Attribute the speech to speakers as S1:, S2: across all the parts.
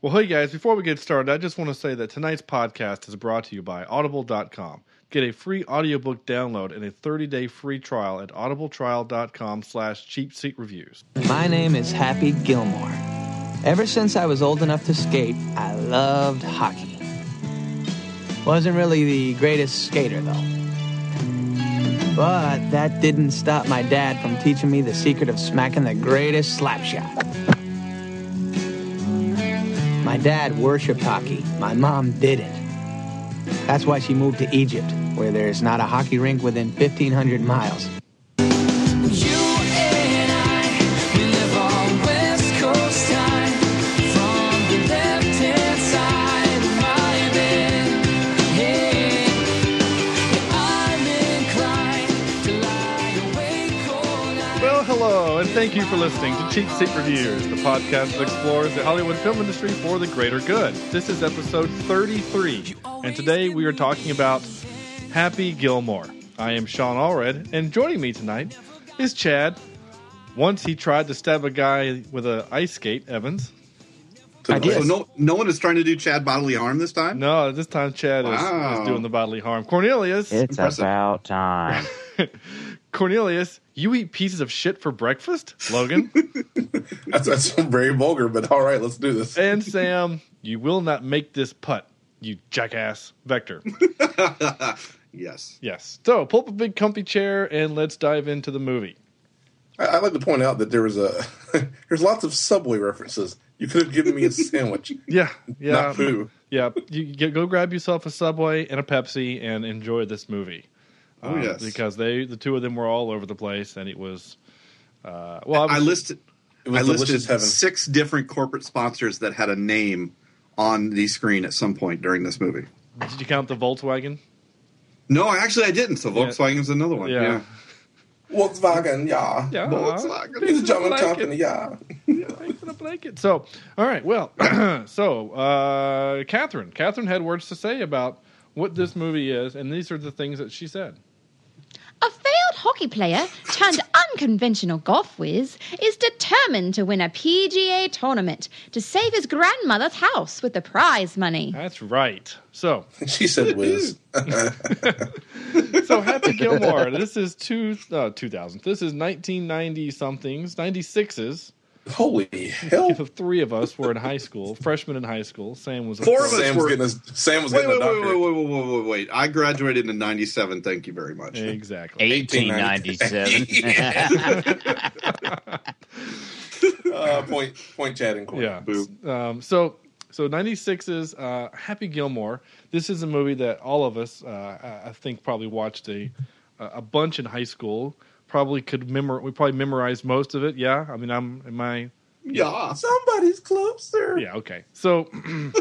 S1: Well, hey guys, before we get started, I just want to say that tonight's podcast is brought to you by audible.com. Get a free audiobook download and a 30-day free trial at audibletrial.com slash cheap seat reviews.
S2: My name is Happy Gilmore. Ever since I was old enough to skate, I loved hockey. Wasn't really the greatest skater, though. But that didn't stop my dad from teaching me the secret of smacking the greatest slap shot. My dad worshipped hockey. My mom didn't. That's why she moved to Egypt, where there is not a hockey rink within 1,500 miles.
S3: You and I, we live on West Coast time. From the left-hand side of my bed, I'm inclined to lie awake all night.
S1: Well, hello, and thank you for listening to Cheap Seat Reviews, the podcast that explores the Hollywood film industry for the greater good. This is episode 33, and today we are talking about Happy Gilmore. I am Sean Allred, and joining me tonight is Chad. Once he tried to stab a guy with an ice skate, Evans.
S4: So,
S2: I did.
S4: so no, no one is trying to do Chad bodily harm this time.
S1: No, this time Chad is,
S4: Wow.
S1: is doing the bodily harm. Cornelius,
S5: It's
S4: Impressive.
S5: about time.
S1: Cornelius, you eat pieces of shit for breakfast, Logan.
S4: That's, that's very vulgar, but all right, let's do this.
S1: and Sam, you will not make this putt, you jackass. Vector.
S4: Yes,
S1: Yes. So pull up a big comfy chair and let's dive into the movie.
S6: I, I'd like to point out that there was a there's lots of Subway references. You could have given me a sandwich,
S1: Yeah.
S6: not
S1: Yeah.
S6: poo.
S1: yeah. You get, go grab yourself a Subway and a Pepsi and enjoy this movie. Um,
S4: Oh, yes.
S1: Uh, Because they, the two of them were all over the place and it was, uh, well,
S4: I
S1: I was,
S4: listed.
S6: It was
S4: I listed
S6: delicious heaven.
S4: six different corporate sponsors that had a name on the screen at some point during this movie.
S1: did you count the Volkswagen?
S4: No, actually, I didn't. So Volkswagen's another one.
S1: Yeah.
S4: Yeah.
S6: Volkswagen, yeah.
S1: Yeah.
S4: Volkswagen.
S6: He's a German
S1: Like it.
S6: company, yeah.
S1: Thanks for the blanket. So, all right. Well, so uh, Catherine, Catherine had words to say about what this movie is, and these are the things that she said.
S7: A failed hockey player turned unconventional golf whiz is determined to win a PGA tournament to save his grandmother's house with the prize money.
S1: That's right. So,
S6: She said whiz.
S1: so Happy Gilmore. This is two uh, two thousand. This is nineteen ninety somethings, ninety sixes.
S6: Holy hell.
S1: If three of us were in high school, freshmen in high school, Sam was a
S4: Four of us
S6: Sam was
S4: were-
S6: getting his, Sam was
S4: Wait,
S6: getting
S4: wait,
S6: a
S4: wait, wait,
S6: doctorate.
S4: wait, wait, wait, wait, wait. I graduated in '97. Thank you very much.
S1: exactly.
S5: 1897.
S6: Uh, point, point Chad and Corey.
S1: Yeah.
S4: Boo.
S1: Um, so so 96 is uh, Happy Gilmore. This is a movie that all of us, uh, I I think, probably watched a a bunch in high school. Probably could memor. We probably memorized most of it. Yeah. I mean, I'm am I?
S4: Yeah.
S6: Somebody's closer.
S1: Yeah. Okay. So.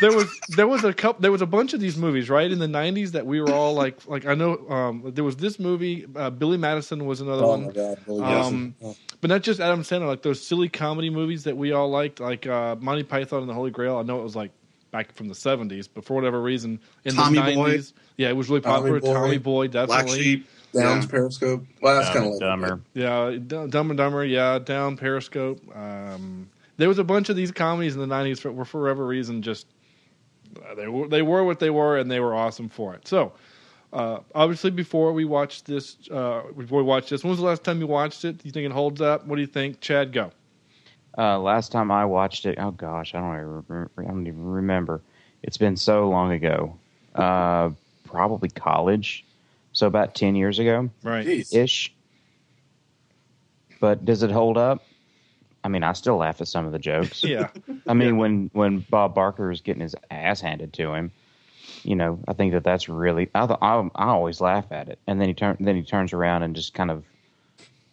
S1: There was there was a couple there was a bunch of these movies right in the '90s that we were all like like I know um, there was this movie uh, Billy Madison was another
S6: Oh
S1: one.
S6: my god. Billy
S1: Um, But not just Adam Sandler, like those silly comedy movies that we all liked, like uh, Monty Python and the Holy Grail. I know it was like back from the seventies, but for whatever reason, in
S4: Tommy
S1: the
S4: Boy.
S1: nineties, yeah, it was really
S6: Tommy
S1: popular.
S6: Boy.
S1: Tommy Boy, definitely.
S4: Black sheep.
S6: Downs
S4: Yeah.
S6: Periscope. Well, that's kind of
S5: Dumb,
S6: late.
S5: dumber.
S1: Yeah, D- Dumb and Dumber. Yeah, Down Periscope. Um, there was a bunch of these comedies in the nineties that were for whatever reason just uh, they were they were what they were, and they were awesome for it. So. Uh, obviously, before we watched this, uh, before we watched this, when was the last time you watched it? You think it holds up? What do you think, Chad? Go.
S5: Uh, last time I watched it, oh gosh, I don't even, remember- I don't even remember. It's been so long ago. Uh, probably college, so about ten years ago
S1: Right.
S6: Jeez.
S5: ish. But does it hold up? I mean, I still laugh at some of the jokes.
S1: Yeah.
S5: I mean, when when Bob Barker is getting his ass handed to him, you know, I think that that's really. I th- I, I always laugh at it, and then he turn then he turns around and just kind of,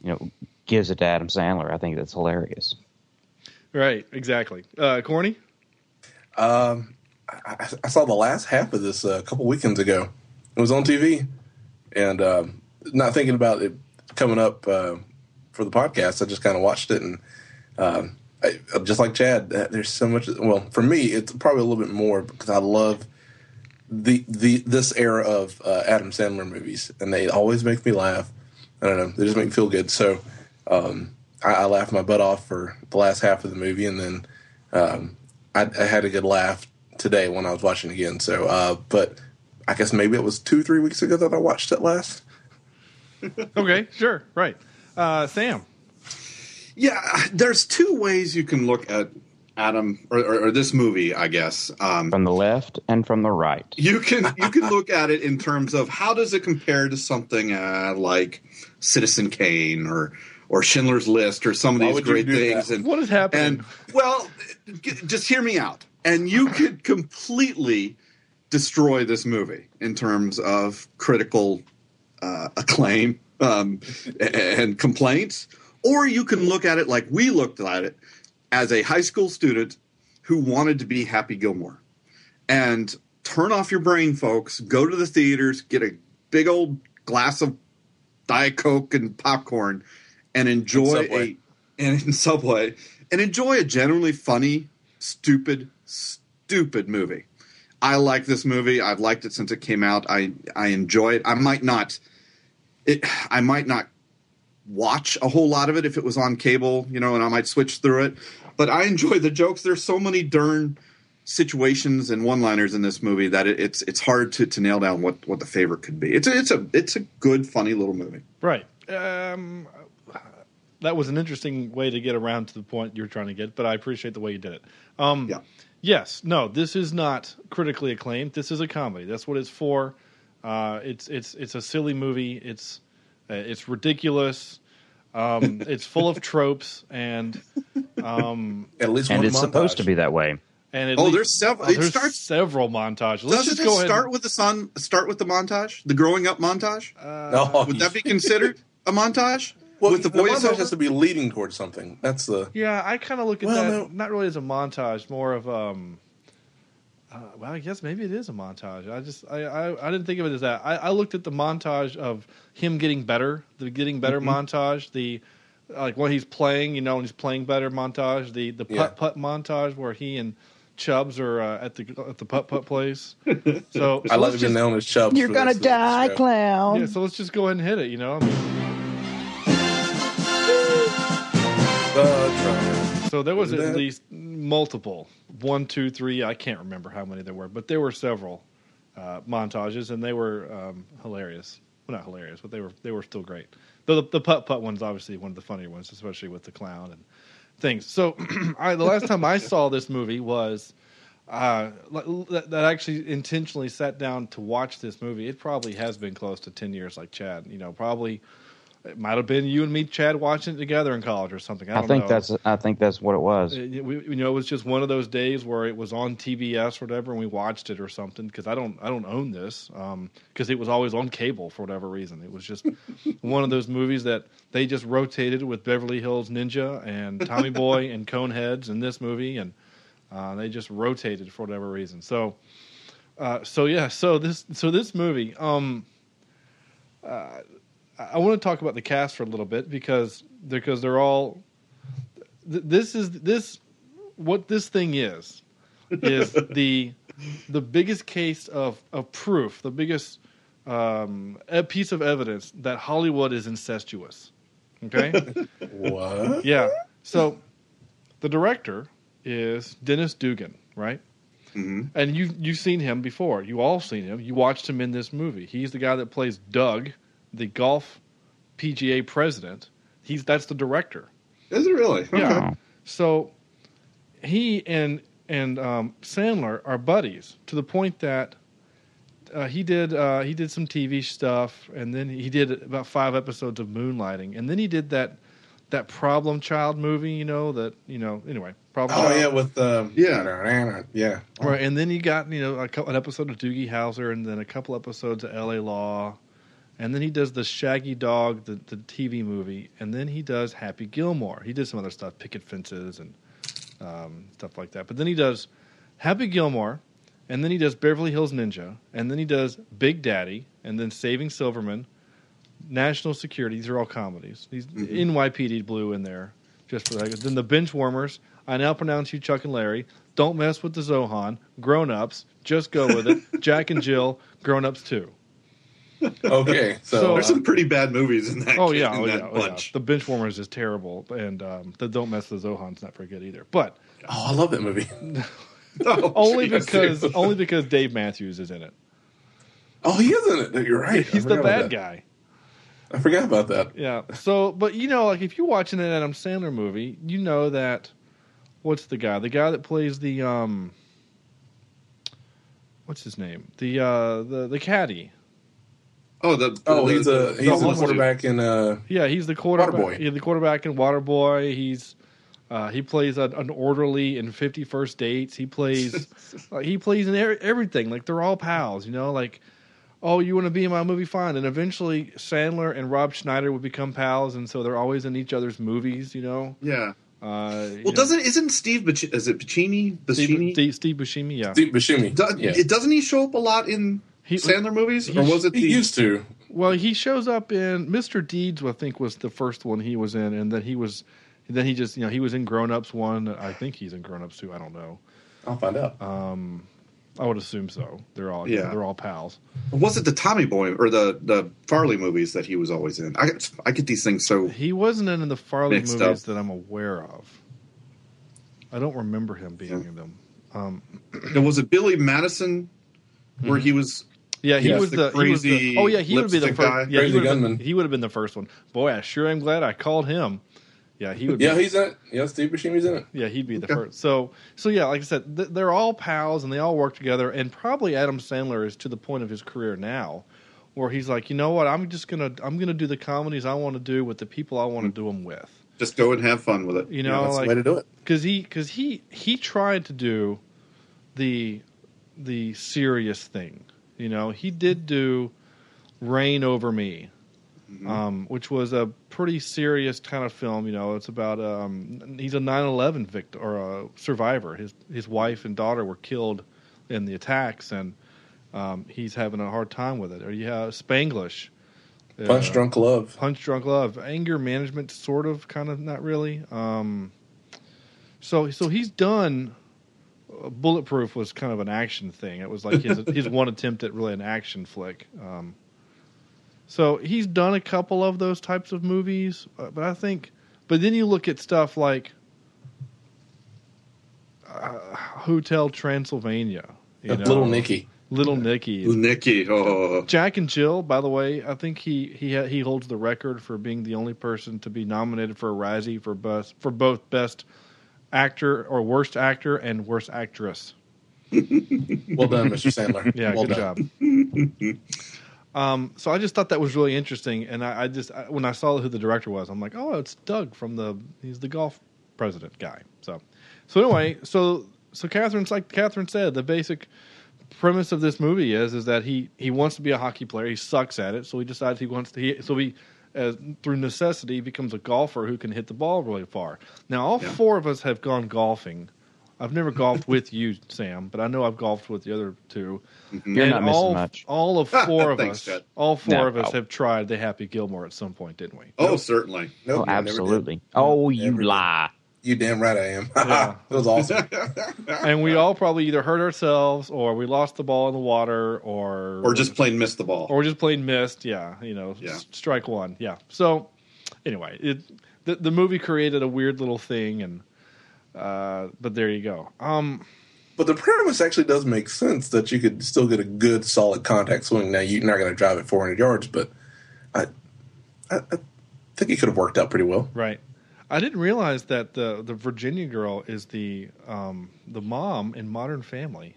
S5: you know, gives it to Adam Sandler. I think that's hilarious.
S1: Right, exactly. Uh, corny?
S6: Um, I, I- I saw the last half of this uh, a couple weekends ago. It was on TV, and um, not thinking about it coming up uh, for the podcast, I just kind of watched it, and um, I, just like Chad, uh, there's so much. Well, for me, it's probably a little bit more because I love the the this era of uh, Adam Sandler movies, and they always make me laugh. I don't know, they just make me feel good. So um, I, I laughed my butt off for the last half of the movie, and then um, I, I had a good laugh today when I was watching it again. So, uh, but I guess maybe it was two, three weeks ago that I watched it last.
S1: Okay, sure, right. Uh, Sam,
S4: Yeah, there's two ways you can look at Adam or, or, or this movie, I guess. Um,
S5: from the left and from the right.
S4: you can you can look at it in terms of how does it compare to something uh, like Citizen Kane or or Schindler's List or some of
S6: Why
S4: these
S6: would you
S4: great
S6: do that?
S4: things. And
S1: what is happening?
S4: and well, g- just hear me out. And you could completely destroy this movie in terms of critical uh, acclaim um, and, and complaints, or you can look at it like we looked at it as a high school student who wanted to be Happy Gilmore. And turn off your brain, folks. Go to the theaters, get a big old glass of Diet Coke and popcorn, and enjoy
S6: Subway.
S4: a and in Subway and enjoy a generally funny, stupid, stupid movie. I like this movie. I've liked it since it came out. I I enjoy it. I might not it, I might not watch a whole lot of it if it was on cable, you know, and I might switch through it. But I enjoy the jokes. There's so many darn situations and one-liners in this movie that it, it's it's hard to, to nail down what, what the favorite could be. It's a, it's a it's a good funny little movie.
S1: Right. Um, that was an interesting way to get around to the point you were trying to get, but I appreciate the way you did it. Um,
S4: Yeah.
S1: Yes. No. This is not critically acclaimed. This is a comedy. That's what it's for. Uh, it's it's it's a silly movie. It's uh, it's ridiculous. Um, it's full of tropes and um,
S6: At least
S5: and
S6: one
S5: it's
S6: montage.
S5: supposed to be that way.
S1: and it
S4: Oh, there's several- it
S1: there's
S4: starts-
S1: several montages. Let's
S4: Doesn't
S1: just
S4: it
S1: go ahead. and-
S4: start with the son start with the montage? The growing up montage?
S1: Uh,
S6: No,
S4: Uh, Would that be considered a montage?
S6: Oh, well,
S4: with the,
S6: the montage
S4: voiceover?
S6: has to be leading towards something. That's the
S1: Yeah, I kind of look at
S6: Well,
S1: that
S6: no.
S1: not really as a montage, more of um. Uh, well, I guess maybe it is a montage. I just I I, I didn't think of it as that. I, I looked at the montage of him getting better, the getting better
S6: Mm-hmm.
S1: montage, the like when he's playing, you know, when he's playing better montage, the the
S6: Yeah.
S1: putt putt montage where he and Chubbs are uh, at the at the putt putt place. So
S6: I
S1: so
S6: love
S1: let's
S6: it being
S1: just-
S6: known as Chubbs.
S2: You're
S6: for
S2: gonna
S6: this, uh,
S2: die,
S6: show.
S2: clown.
S1: Yeah, so let's just go ahead and hit it. You know, I mean,
S6: The drummer.
S1: so there was at
S6: That-
S1: least multiple one, two, three. I can't remember how many there were, but there were several. uh, montages, and they were um, hilarious. Well, not hilarious, but they were they were still great. Though the, the putt putt one's obviously one of the funnier ones, especially with the clown and things. So, I, the last time I saw this movie was uh, l- that, that I actually intentionally sat down to watch this movie. It probably has been close to ten years, like Chad. You know, probably it might have been you and me, Chad, watching it together in college or something. I,
S5: I,
S1: don't
S5: think
S1: know.
S5: that's I think that's what it was.
S1: Uh, we, Oh, you know, it was just one of those days where it was on TBS or whatever, and we watched it or something. Because I don't, I don't own this. Because it was always on cable for whatever reason. It was just one of those movies that they just rotated with Beverly Hills Ninja and Tommy Boy and Coneheads in this movie, and uh, they just rotated for whatever reason. So, uh, so yeah, so this, so this movie. Um, uh, I, I want to talk about the cast for a little bit because because they're all th- this is this what this thing is is the the biggest case of of proof the biggest um a piece of evidence that hollywood is incestuous okay
S6: What?
S1: yeah so the director is dennis dugan right
S4: Mhm.
S1: and you you've seen him before you all seen him you watched him in this movie he's the guy that plays doug the golf pga president he's that's the director
S4: Is it really?
S1: yeah.
S4: Okay.
S1: So he and and um, Sandler are buddies to the point that uh, he did uh, he did some TV stuff, and then he did about five episodes of Moonlighting, and then he did that that Problem Child movie, you know that you know anyway. Problem
S6: Oh
S1: Child.
S6: yeah, with um,
S4: Yeah.
S6: yeah.
S1: Right, and then you got you know a couple, an episode of Doogie Howser, and then a couple episodes of L.A. Law, and then he does the Shaggy Dog, the, the TV movie, and then he does Happy Gilmore. He did some other stuff, Picket Fences, and um, stuff like that. But then he does Happy Gilmore, and then he does Beverly Hills Ninja, and then he does Big Daddy, and then Saving Silverman, National Security. These are all comedies. These
S4: Mm-hmm.
S1: NYPD Blue in there just for that. Then the bench warmers. I now pronounce you Chuck and Larry. Don't mess with the Zohan. Grown ups. Just go with it. Jack and Jill. Grown ups too.
S6: Okay,
S1: So- uh,
S6: so,
S4: There's some pretty bad movies in that.
S1: Oh yeah,
S4: in
S1: oh
S4: that
S1: yeah, oh, yeah.
S4: bunch.
S1: The bench warmers is terrible, and um, the don't mess with the Zohan's not very good either. But
S6: Oh, I love that movie.
S4: Oh,
S1: Only
S6: Yes,
S1: because
S6: dude.
S1: only because Dave Matthews is in it.
S6: Oh, he is in it. You're right. I
S1: He's
S6: forgot
S1: the
S6: about
S1: bad
S6: that.
S1: guy.
S6: I forgot about that.
S1: Yeah. So, but you know, like if you're watching an Adam Sandler movie, you know that what's the guy? The guy that plays the um, what's his name? The uh, the the caddy.
S4: Oh, the,
S6: Oh,
S4: the-
S6: he's a
S4: the-
S6: he's
S4: the-
S6: a quarterback in uh
S1: Yeah, he's the quarterback.
S6: Waterboy.
S1: Yeah, the quarterback in Waterboy. He's uh, he plays an, an orderly in Fifty First Dates. He plays like he plays in every, everything. Like they're all pals, you know. Like, oh, you want to be in my movie? Fine. And eventually, Sandler and Rob Schneider would become pals, and so they're always in each other's movies, you know.
S4: Yeah.
S1: Uh, you know,
S4: Well, doesn't isn't Steve? Buscemi- Is it Puccini? Buscini?
S1: Steve, Steve, Steve Buscemi? Yeah.
S6: Steve Buscemi.
S4: Do,
S6: yeah.
S4: it- Doesn't he show up a lot in
S1: He-
S4: Sandler movies,
S1: he-
S4: or was it the?
S6: he used to.
S1: Well, he shows up in Mr. Deeds. I think was the first one he was in, and then he was, then he just you know he was in Grown Ups one. I think he's in Grown Ups two. I don't know.
S6: I'll find out.
S1: I would assume so. They're all
S4: Yeah.
S1: they're all pals.
S4: or was it the Tommy Boy or the the Farley movies that he was always in? I get- I get these things so
S1: He wasn't in the Farley
S4: Mixed
S1: movies
S4: up.
S1: that I'm aware of. I don't remember him being in them.
S4: Now, was it Billy Madison
S6: Mm-hmm.
S4: where he was?
S1: Yeah, he
S4: Yes,
S1: was
S4: the
S1: the, he was the-
S4: crazy
S1: oh yeah he would be the
S4: lipstick guy.
S1: first. Yeah, he
S6: Crazy
S1: would have been,
S6: gunman.
S1: he would have been the first one. Boy, I sure am glad I called him. Yeah, he would.
S6: yeah,
S1: be,
S6: he's in it. Yeah, Steve Buscemi's in it.
S1: Yeah, he'd be the first. So, so yeah, like I said, th- they're all pals and they all work together. And probably Adam Sandler is to the point of his career now, where he's like, you know what, I'm just gonna I'm gonna do the comedies I want to do with the people I want to do them with.
S4: Just go and have fun with it.
S1: You
S6: Yeah,
S1: know,
S6: that's
S1: like
S6: the way to do it.
S1: because he because he he tried to do the the serious thing. You know, he did do "Reign Over Me," um, which was a pretty serious kind of film. You know, it's about um, he's a 9/11 victim or a survivor. His his wife and daughter were killed in the attacks, and um, he's having a hard time with it. Or you have Spanglish,
S6: Punch
S1: Uh,
S6: Drunk Love.
S1: Punch Drunk Love, anger management, sort of, kind of, not really. Um, so, so he's done. uh, Bulletproof was kind of an action thing. It was like his his one attempt at really an action flick. Um, so he's done a couple of those types of movies, uh, but I think. But then you look at stuff like uh, Hotel Transylvania, you know,
S6: Little Nicky.
S1: Little Nicky, is
S4: Nikki, oh,
S1: Jack and Jill, by the way, I think he he ha- he holds the record for being the only person to be nominated for a Razzie for best for both best actor or worst actor and worst actress.
S6: Well done, Mr. Sandler.
S1: Yeah,
S6: well
S1: good
S6: done.
S1: job. um, so I just thought that was really interesting, and I, I just I, when I saw who the director was, I'm like, oh, it's Doug from the he's the golf president guy. So, so anyway, so so Catherine's like Catherine said, the basic premise of this movie is is that he he wants to be a hockey player. He sucks at it, so he decides he wants to. He, so he. As, through necessity, becomes a golfer who can hit the ball really far. Now, all four of us have gone golfing. I've never golfed with you, Sam, but I know I've golfed with the other two.
S5: You're not missing
S1: all,
S5: much.
S1: All of four of
S4: Mm-hmm. Thanks,
S1: us,
S4: Chad.
S1: all four
S5: No
S1: of us
S5: problem.
S1: have tried the Happy Gilmore at some point, didn't we?
S4: oh, certainly.
S6: Nope,
S5: Oh,
S6: I never did.
S5: absolutely. Oh, you
S6: Never did.
S5: lie.
S6: You damn right I am.
S1: Yeah.
S6: that was awesome.
S1: And we all probably either hurt ourselves, or we lost the ball in the water, or
S4: Or just plain missed the ball.
S1: or just plain missed. Yeah, you know,
S4: Yeah.
S1: s- strike one. Yeah. So anyway, it the, the movie created a weird little thing, and uh, but there you go. Um,
S6: But the premise actually does make sense that you could still get a good, solid contact swing. Now you're not going to drive it 400 yards, but I, I, I think it could have worked out pretty well.
S1: right. I didn't realize that the the Virginia girl is the um, the mom in Modern Family.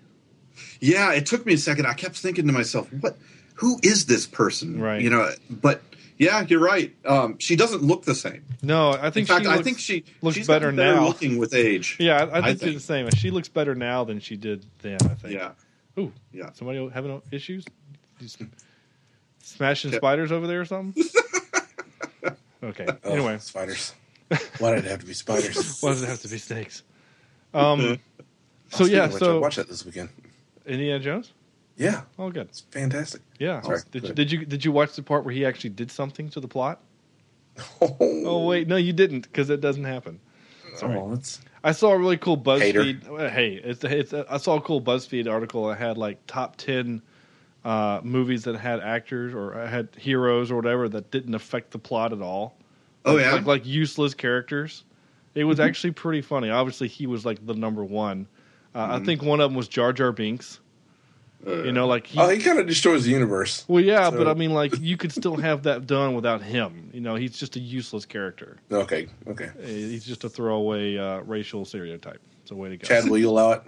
S4: yeah, it took me a second. I kept thinking to myself, what? Who is this person?
S1: Right.
S4: You know, but yeah, you're right. Um, she doesn't look the same.
S1: No, I
S4: In
S1: think
S4: fact,
S1: she
S4: I
S1: looks-
S4: think she
S1: looks
S4: she's
S1: better
S4: gotten better
S1: now.
S4: looking with age.
S1: Yeah, I, I think she's
S4: think.
S1: the same. She looks better now than she did then. I think.
S4: Yeah.
S1: Ooh.
S4: Yeah.
S1: Somebody having issues? You s- smashing spiders over there or something? okay.
S4: Oh,
S6: Ugh,
S1: Anyway,
S6: Oh, spiders. Why did it have to be spiders?
S1: why does it have to be snakes? Um. so
S6: Mm-hmm. Speaking
S1: yeah.
S6: of which, I
S1: So
S6: watched that this weekend.
S1: Indiana Jones.
S6: Yeah,
S1: Oh, good.
S6: it's fantastic.
S1: Yeah.
S6: Sorry,
S1: Did you,
S6: good.
S1: did you did you watch the part where he actually did something to the plot?
S6: Oh,
S1: Oh wait, no, you didn't because it doesn't happen. Sorry.
S6: Oh, that's-
S1: I saw a really cool
S6: Hater.
S1: BuzzFeed. uh, Hey, it's, it's uh, I saw a cool BuzzFeed article that had like top ten uh, movies that had actors or uh, had heroes or whatever that didn't affect the plot at all.
S4: Oh
S1: Like-
S4: yeah.
S1: like, like useless characters. It was
S6: Mm-hmm.
S1: actually pretty funny. Obviously, he was like the number one. Uh,
S6: Mm-hmm.
S1: I think one of them was Jar Jar Binks. you know, like he,
S6: Oh, he kind of destroys the universe.
S1: well, yeah,
S6: So-
S1: but I mean, like you could still have that done without him. You know, he's just a useless character.
S6: Okay, okay.
S1: Uh, He's just a throwaway uh, racial stereotype. It's a way to go.
S6: Chad, will you allow it?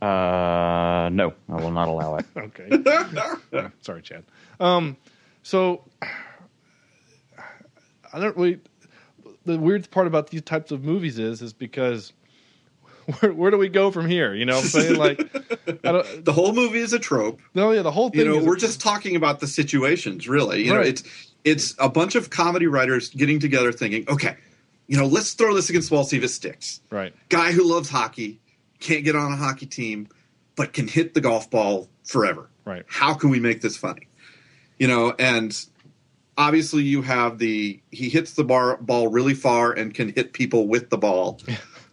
S5: Uh, no, I will not allow it.
S1: okay. Sorry, Chad. Um, so I don't really. The weird part about these types of movies is, is because where, where do we go from here? You know, what I'm saying like, I don't.
S4: The whole movie is a trope.
S1: No, yeah, the whole thing.
S4: You know,
S1: is,
S4: we're just talking about the situations, really. You know,
S1: Right.
S4: it's it's a bunch of comedy writers getting together, thinking, okay, you know, let's throw this against the wall, see if it sticks.
S1: right.
S4: Guy who loves hockey can't get on a hockey team, but can hit the golf ball forever.
S1: Right.
S4: How can we make this funny? You know, and obviously you have the he hits the bar ball really far and can hit people with the ball.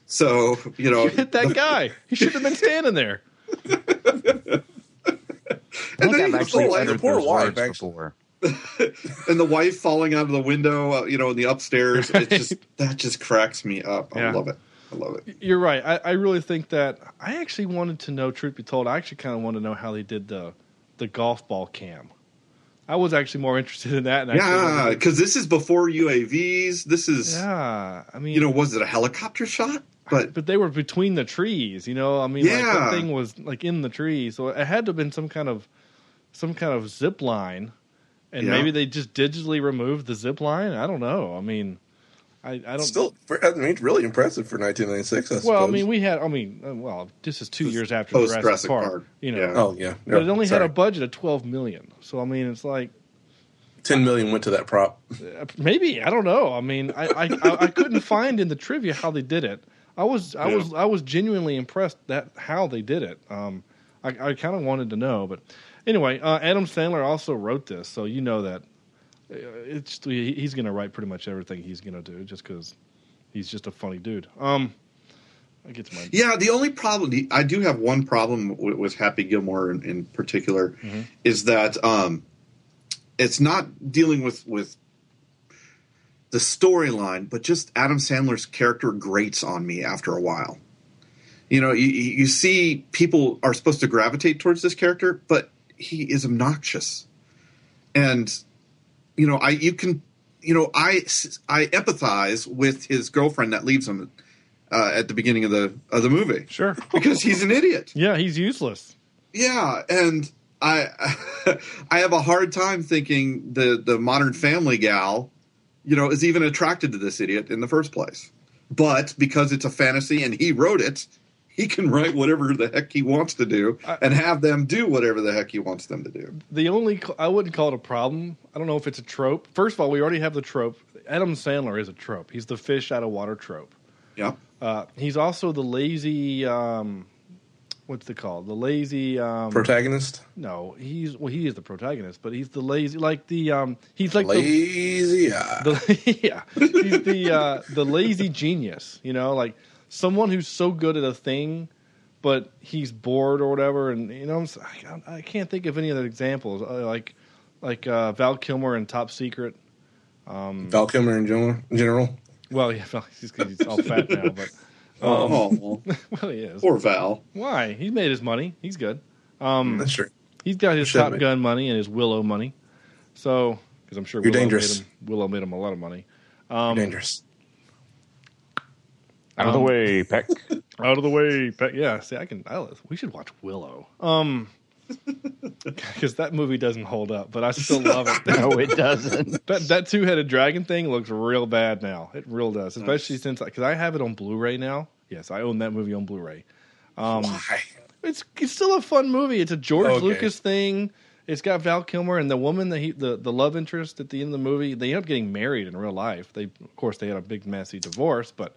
S4: So you know,
S1: You hit that guy. He should have been standing there.
S5: I think
S4: then
S5: I've
S4: he's
S5: actually
S6: full of
S5: uttered
S6: poor
S5: those
S6: wife,
S5: words
S6: actually.
S5: before.
S4: and the wife falling out of the window, uh, you know, in the upstairs.
S1: Right.
S4: It just that just cracks me up. I
S1: Yeah.
S4: love it. I love it.
S1: You're right. I, I really think that I actually wanted to know. Truth be told, I actually kind of want to know how they did the the golf ball cam. I was actually more interested in that. And actually
S4: Yeah, because this is before UAVs. This is
S1: yeah. I mean,
S4: you know, was it a helicopter shot? But
S1: but they were between the trees, you know. I mean, like that
S4: Yeah.
S1: thing was like in the tree, so it had to have been some kind of some kind of zip line, and
S4: Yeah.
S1: maybe they just digitally removed the zip line. I don't know. I mean, I, I don't.
S6: Still, for- I mean, it's really impressive for 1996. I suppose.
S1: well, I mean, we had. I mean, uh, well, this is two
S4: This is
S1: years after
S4: post
S1: Jurassic,
S4: Jurassic
S1: Park,
S4: Park.
S1: you know.
S4: Yeah.
S6: oh yeah,
S1: But it only had
S6: Sorry.
S1: a budget of twelve million, so I mean, it's like
S6: 10 million went to that prop.
S1: uh, maybe I don't know. I mean, I I, I, I couldn't find in the trivia how they did it. I was I was I was genuinely impressed that how they did it. Um, I, I kind of wanted to know, but anyway, uh, Adam Sandler also wrote this, so you know that uh, it's he- he's going to write pretty much everything he's going to do just because he's just a funny dude. Um, I get to my
S4: yeah, the only problem the- I do have one problem with, with Happy Gilmore in, in particular is that um, it's not dealing with with the storyline, but just Adam Sandler's character grates on me after a while. You know, you, you you see people are supposed to gravitate towards this character, but he is obnoxious, and you know, I you can, you know, I s- I empathize with his girlfriend that leaves him uh, at the beginning of the of the movie
S1: sure.
S4: because he's an idiot.
S1: Yeah, he's useless.
S4: Yeah, and I I have a hard time thinking the the modern family gal, you know, is even attracted to this idiot in the first place. But because it's a fantasy and he wrote it, he can write whatever the heck he wants to do
S1: I-
S4: and have them do whatever the heck he wants them to do.
S1: the only I wouldn't call it a problem. I don't know if it's a trope. First of all, we already have the trope. Adam Sandler is a trope. He's the fish out of water trope.
S4: Yeah.
S1: Uh, he's also the lazy. Um, what's it called? The lazy. Um,
S6: Protagonist,
S1: no, he's well, he is the protagonist, but he's the lazy. Like the um, he's like the.
S6: lazy eye.
S1: the yeah, he's the uh, the lazy genius. You know, like someone who's so good at a thing, but he's bored or whatever. And you know, I'm, s- I can't- I can't think of any other examples. Uh, like like uh, Val Kilmer in Top Secret.
S6: Val Kilmer in general. general.
S1: Well, yeah, Val, he's, he's all fat now, but
S4: Oh,
S1: well, he is.
S4: poor Val.
S1: Why? He made his money. He's good. Hmm.
S6: That's true.
S1: He's got his
S6: Should've
S1: Top
S6: made-
S1: Gun money and his Willow money. So, because I'm sure
S6: You're
S1: Willow
S6: dangerous.
S1: made him Willow made him a lot of money. Um,
S6: Dangerous.
S5: Out of the way, Peck.
S1: out of the way. But yeah, see, I can. I, we should watch Willow. Um, because that movie doesn't hold up, but I still love it.
S5: no, it doesn't.
S1: that that two headed dragon thing looks real bad now. It real does, especially since because I have it on Blu Ray now. Yes, I own that movie on Blu Ray.
S6: Why?
S1: It's it's still a fun movie. It's a George
S6: Okay.
S1: Lucas thing. It's got Val Kilmer and the woman that he the, the love interest at the end of the movie. They end up getting married in real life. They of course they had a big messy divorce, but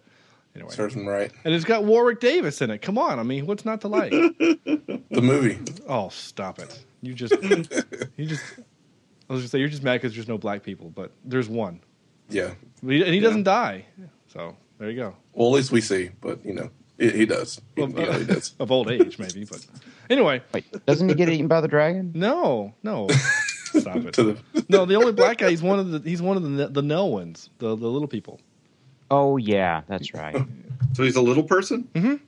S1: anyway.
S6: Serves him right.
S1: And it's got Warwick Davis in it. Come on, I mean, what's not to like?
S6: The movie.
S1: Oh, stop it! You just, you just. I was gonna say you're just mad because there's no black people, but there's one,
S6: Yeah.
S1: and he doesn't die. So there you go.
S6: Well, at least we see, but you know, he, he does. He,
S1: Well, uh,
S6: you know, he does.
S1: Of old age, maybe, but anyway,
S5: Wait, doesn't he get eaten by the dragon?
S1: no, no, stop it.
S6: To the
S1: No, the only black guy he's one of the he's one of the the Nell ones, the the little people.
S5: Oh yeah, that's right.
S4: So he's a little person.
S1: Mhm.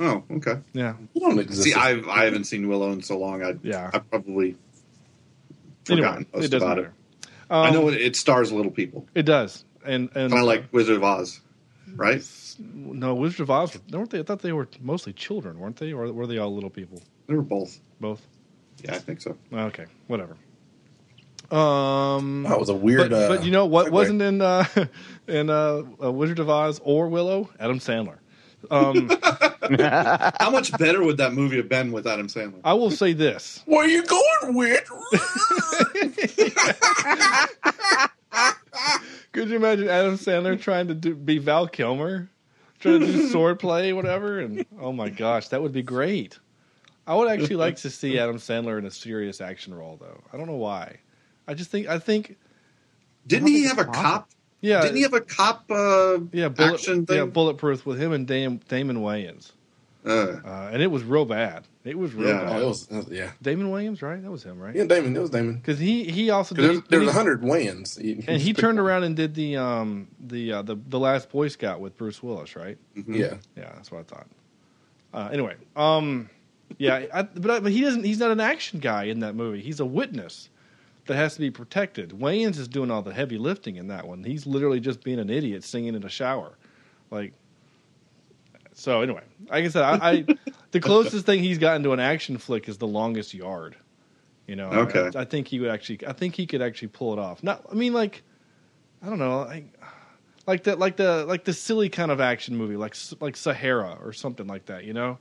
S4: Oh, okay.
S1: Yeah.
S6: You don't exist.
S4: See, I've I haven't seen Willow in so long. I
S1: Yeah.
S4: I probably
S1: Anyway,
S4: forgotten most
S1: it doesn't
S4: about it.
S1: matter.
S4: I
S1: Um,
S4: know it, it stars little people,
S1: It does. And and
S4: kind of like Wizard of Oz, right?
S1: no Wizard of Oz weren't they? I thought they were mostly children, weren't they? Or were they all little people?
S4: They were both.
S1: Both.
S4: Yeah, I think so.
S1: Okay, whatever. Um,
S6: Wow, it was a weird.
S1: but, but
S6: uh,
S1: you know what
S6: segue.
S1: wasn't in uh, in uh, uh, Wizard of Oz or Willow? Adam Sandler. Um,
S4: How much better would that movie have been with Adam Sandler?
S1: I will say this.
S6: Where you going Oh, with?
S1: Could you imagine Adam Sandler trying to do, be Val Kilmer, trying to do swordplay, whatever? And oh my gosh, that would be great. I would actually like to see Adam Sandler in a serious action role, though. I don't know why. I just think I think
S4: Didn't he have a cop?
S1: yeah
S4: Didn't he have a cop? Uh,
S1: yeah bullet,
S4: action
S1: yeah
S4: thing?
S1: bulletproof with him and Dam, Damon Wayans,
S4: uh,
S1: uh, and it was real bad. It was real
S4: Yeah.
S1: bad.
S6: Oh, it was, it was- yeah,
S1: Damon Williams, right? That was him, right?
S6: yeah, Damon. It was Damon.
S1: Because he he also
S6: 'Cause There's,
S1: did-
S6: there's
S1: he-
S6: a hundred Wayans, You-
S1: and he
S6: you just
S1: turned
S6: pick-
S1: around and did the um the uh, the the last Boy Scout with Bruce Willis, right?
S6: Yeah,
S1: Yeah, that's what I thought. Uh, anyway, um, yeah, I, but I, but he doesn't. He's not an action guy in that movie. He's a witness that has to be protected. Wayans is doing all the heavy lifting in that one. He's literally just being an idiot singing in a shower, like. So anyway, like I said, I, I the closest thing he's gotten to an action flick is The Longest Yard. You know,
S4: Okay.
S1: I, I think he would actually. I think he could actually pull it off. Not, I mean, like, I don't know, like, like the like the like the silly kind of action movie, like S- like Sahara or something like that. You know,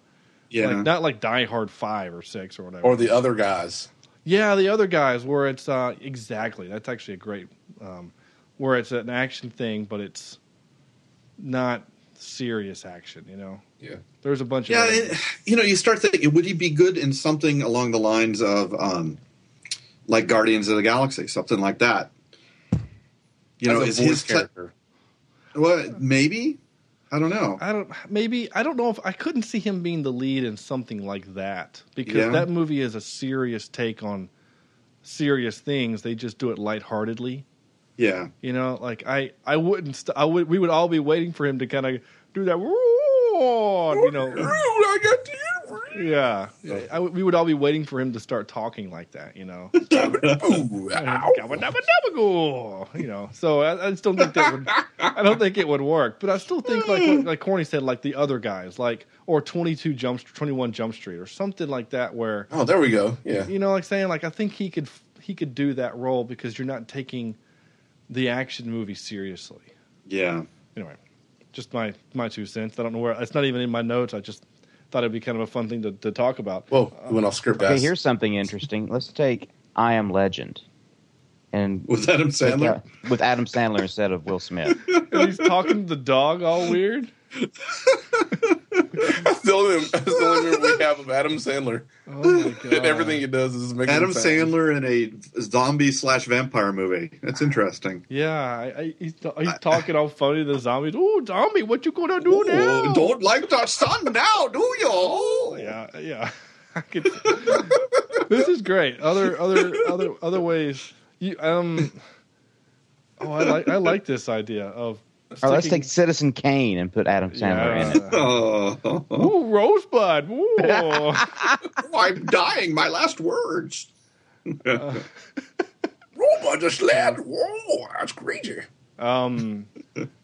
S4: yeah.
S1: like not like Die Hard five or six or whatever.
S6: or the other guys.
S1: Yeah, the other guys where it's uh, exactly that's actually a great um, where it's an action thing, but it's not serious action. You know,
S6: Yeah.
S1: there's a bunch
S4: yeah,
S1: of other-
S4: it, you know, you start thinking, would he be good in something along the lines of, um, like Guardians of the Galaxy, something like that? You know, is
S6: As a voice
S4: his type-
S6: character.
S4: well, maybe? I don't know.
S1: I don't maybe I don't know if I couldn't see him being the lead in something like that because
S4: Yeah.
S1: that movie is a serious take on serious things. They just do it lightheartedly.
S4: Yeah,
S1: You know, like I, I wouldn't. St- I would. We would all be waiting for him to kind of do that. "Roar," You know.
S6: I got to
S1: Yeah, I, would- we would all be waiting for him to start talking like that. You know.
S6: Ooh, ow.
S1: Gabba-dabba-dabba-goo, You know. So I, I just don't think that would. I don't think it would work. But I still think like what- like Corny said, like the other guys, like or twenty two jump, twenty one Jump Street, or something like that, where
S6: Oh, there we go. Yeah,
S1: you know like saying like i think he could he could do that role because you're not taking the action movie seriously
S4: yeah.
S1: anyway just my my two cents i don't know where it's not even in my notes i just thought it'd be kind of a fun thing to, to talk about
S6: Whoa, we went off script.
S5: Okay,
S6: guys.
S5: here's something interesting. Let's take I Am Legend, and
S4: With Adam Sandler?
S5: Yeah, with Adam Sandler instead of Will Smith.
S1: and he's talking to the dog all weird
S6: That's the only, that's the only memory we have of Adam Sandler.
S1: oh my god
S6: And everything he does is making
S4: Adam
S6: sounds.
S4: Sandler in a zombie slash vampire movie. That's interesting.
S1: yeah I, I, he's, he's talking all funny to the zombies oh zombie what you gonna do now
S4: Oh, don't like that son now, do you?
S1: yeah, yeah. I could- this is great. Other, other, other, other ways. You, um. Oh, I like I like this idea of.
S5: Or let's
S1: sticking-
S5: take Citizen Kane and put Adam Sandler in it.
S1: Yeah.
S4: Oh,
S1: Ooh, rosebud. Ooh.
S4: I'm dying. My last words.
S6: Robot just land. Whoa, that's crazy.
S1: Um,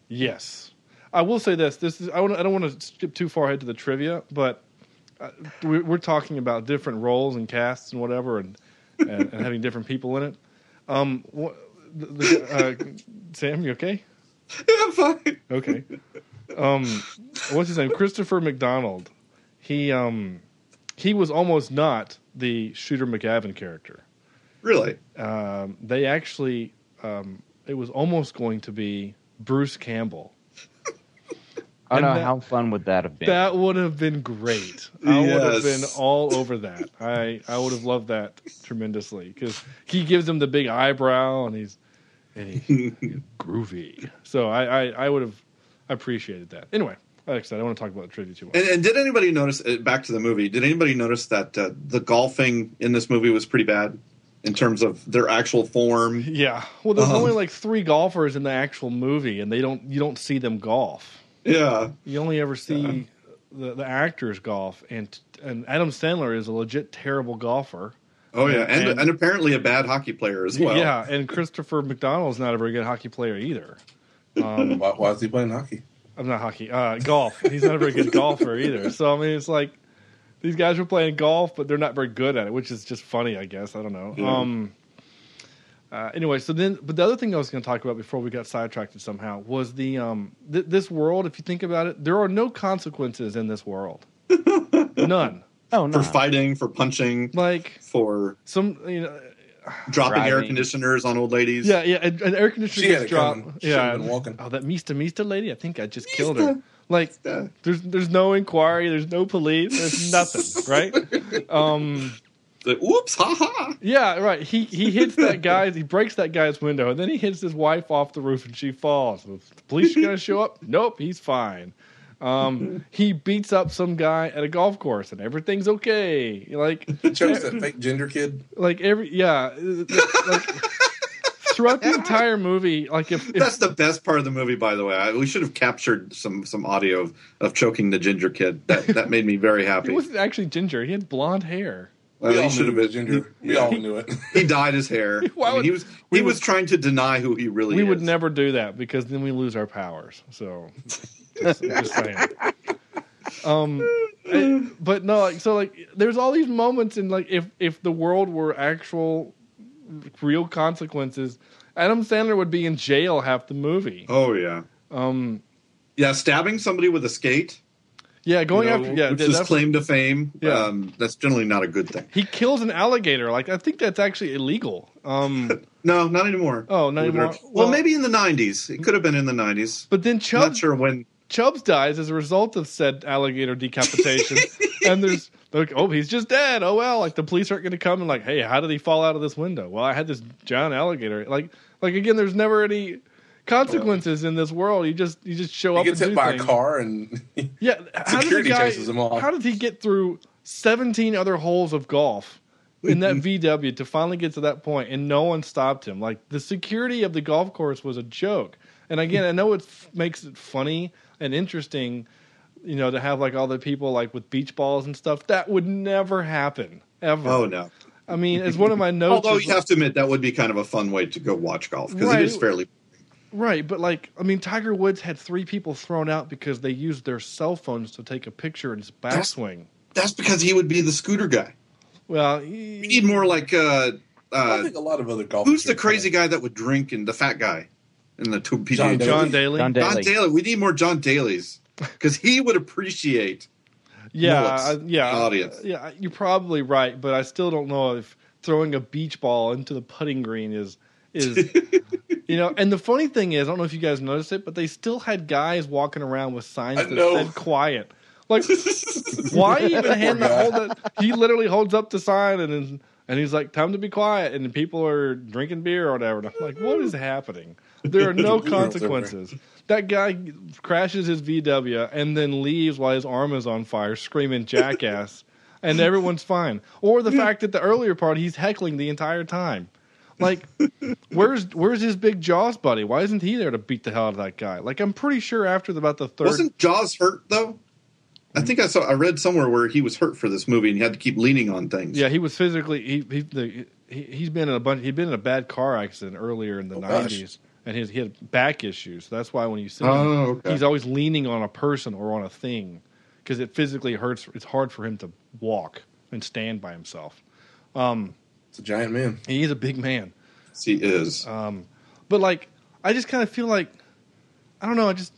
S1: yes, I will say this. This is I, wanna, I don't want to skip too far ahead to the trivia, but uh, we, we're talking about different roles and casts and whatever, and and, and having different people in it. Um, wha- the, the, uh, Sam, you okay?
S4: Yeah, fine.
S1: Okay. Um, what's his name? Christopher McDonald. He um, he was almost not the Shooter McGavin character
S4: Really?
S1: um, they actually um, it was almost going to be Bruce Campbell.
S5: Oh
S1: And
S5: no,
S1: that-
S5: how fun would that have been?
S1: That would have been great. I would have been
S4: Yes.
S1: all over that. I I would have loved that tremendously because he gives him the big eyebrow and he's and he, he's groovy. So I, I I would have appreciated that. Anyway, like I said, I don't want to talk about the trivia too much.
S4: And, and did anybody notice? uh, Back to the movie. Did anybody notice that uh, the golfing in this movie was pretty bad? in terms of their actual form.
S1: Yeah. Well, there's
S4: Um,
S1: only like three golfers in the actual movie, and they don't you don't see them golf.
S4: Yeah.
S1: You only ever see the, the actors golf, and and Adam Sandler is a legit terrible golfer.
S4: Oh yeah, and
S1: And-
S4: and, apparently a bad hockey player as well.
S1: Yeah, and Christopher McDonald's not a very good hockey player either.
S6: Why, why is he playing hockey?
S1: I'm not hockey. Uh, golf. He's not a very good golfer either. So I mean, it's like these guys are playing golf, but they're not very good at it, which is just funny, I guess. I don't know. Um, uh, anyway, so then, but the other thing I was going to talk about before we got sidetracked somehow was the um, th- this world. If you think about it, there are no consequences in this world. None.
S5: Oh no!
S4: For fighting, for punching,
S1: Like
S4: for
S1: some, you know,
S4: dropping air
S5: Driving.
S4: conditioners on old ladies.
S1: yeah, yeah. And, and air conditioner
S6: She had
S1: gets
S6: it coming.
S1: dropped.
S6: She
S1: yeah,
S6: had been walking.
S1: Oh, that Mista Mista lady. I think I just killed her. Like
S4: Yeah.
S1: There's there's no inquiry. There's no police. There's nothing, right? Um,
S4: The, Oops, ha ha.
S1: yeah, right. He he hits that guy. He breaks that guy's window, and then he hits his wife off the roof, and she falls. The police are gonna show up. Nope, he's fine. Um, he beats up some guy at a golf course, and everything's okay. Like
S6: Chose that fake gender kid.
S1: like every yeah. Like, throughout the entire movie, like if, if
S4: That's the best part of the movie, by the way. I, we should have captured some some audio of, of choking the ginger kid. That that made me very
S1: he
S4: happy.
S1: wasn't actually ginger, he had blonde hair.
S4: Well,
S6: we
S4: he
S6: all
S4: should
S6: knew
S4: have
S6: it was
S4: been-
S6: gender. We all knew it.
S4: He dyed his hair.
S1: Why
S4: I mean,
S1: would-
S4: he was
S1: we
S4: he
S1: would-
S4: was trying to deny who he really
S1: we
S4: is.
S1: would never do that because then we lose our powers. So, just, just saying. Um, I- but no, like so, like there's all these moments in like if if the world were actual, real consequences, Adam Sandler would be in jail half the movie.
S4: Oh yeah,
S1: Um,
S4: yeah. Stabbing somebody with a skate.
S1: yeah, going
S4: you know,
S1: after yeah,
S4: which
S1: yeah,
S4: is
S1: that's-
S4: claim to fame.
S1: Yeah.
S4: Um, that's generally not a good thing.
S1: he kills an alligator. Like I think that's actually illegal. Um,
S4: No, not anymore.
S1: Oh, not
S4: Believe it or-
S1: anymore.
S4: Well,
S1: Well-
S4: maybe in the '90s. It could have been in the '90s.
S1: but then
S4: I'm
S1: Chubb
S4: not sure when.
S1: Chubbs dies as a result of said alligator decapitation, and there's they're like, oh, he's just dead. Oh well, like the police aren't going to come and like, hey, how did he fall out of this window? Well, I had this giant alligator. Like, like again, there's never any consequences in this world. You just you just show
S6: He
S1: up.
S6: gets
S1: and do
S6: hit by
S1: things.
S6: a car and
S1: Yeah, how did the
S6: Security
S1: guy?
S6: chases him off.
S1: How did he get through 17 other holes of golf? In
S4: Mm-hmm.
S1: that VW to finally get to that point, and no one stopped him. Like the security of the golf course was a joke. And again, I know it f- makes it funny and interesting, you know, to have like all the people like with beach balls and stuff. That would never happen ever.
S4: Oh no.
S1: I mean, it's one of my notes.
S4: Although
S1: is,
S4: you have to admit that would be kind of a fun way to go watch golf because
S1: Right.
S4: it is fairly.
S1: Right, but like I mean, Tiger Woods had three people thrown out because they used their cell phones to take a picture in his backswing.
S4: That's because he would be the scooter guy.
S1: Well,
S4: We
S1: he-
S4: need more like uh,
S6: I
S4: uh,
S6: think a lot of other golfers.
S4: who's the crazy guy that would drink and the fat guy in the two PGA
S6: John
S4: Tour?
S1: John
S6: Daly.
S1: Daly.
S5: John
S4: John
S5: Daly.
S4: Daly. We need more John Daly's because he would appreciate.
S1: Yeah,
S4: Bullets
S1: I- yeah,
S4: in the audience.
S1: Yeah, you're probably right, but I still don't know if throwing a beach ball into the putting green is is you know. And the funny thing is, I don't know if you guys noticed it, but they still had guys walking around with signs
S6: I
S1: that
S6: know.
S1: said "quiet." Like, why even hand the
S6: guy.
S1: hold that? He literally holds up the sign and then and he's like, "Time to be quiet," and people are drinking beer or whatever. And I'm like, what is happening? There are no
S6: Beer or whatever.
S1: consequences. That guy crashes his VW and then leaves while his arm is on fire, screaming jackass, and everyone's fine. Or the fact that the earlier part he's heckling the entire time. Like, where's where's his big Jaws buddy? Why isn't he there to beat the hell out of that guy? Like, I'm pretty sure after about the 3rd
S4: Wasn't Jaws hurt though? I think I saw. I read somewhere where he was hurt for this movie and he had to keep leaning on things.
S1: yeah, he was physically he he the, he he's been in a bunch. He'd been in a bad car accident earlier in the
S6: Oh, gosh.
S1: nineties, and his he had back issues. That's why when you see him,
S4: Oh, okay.
S1: he's always leaning on a person or on a thing because it physically hurts. It's hard for him to walk and stand by himself.
S6: It's a giant man.
S1: He is a big man,
S4: Yes, he is.
S1: Uh, but like I just kind of feel like I don't know. I just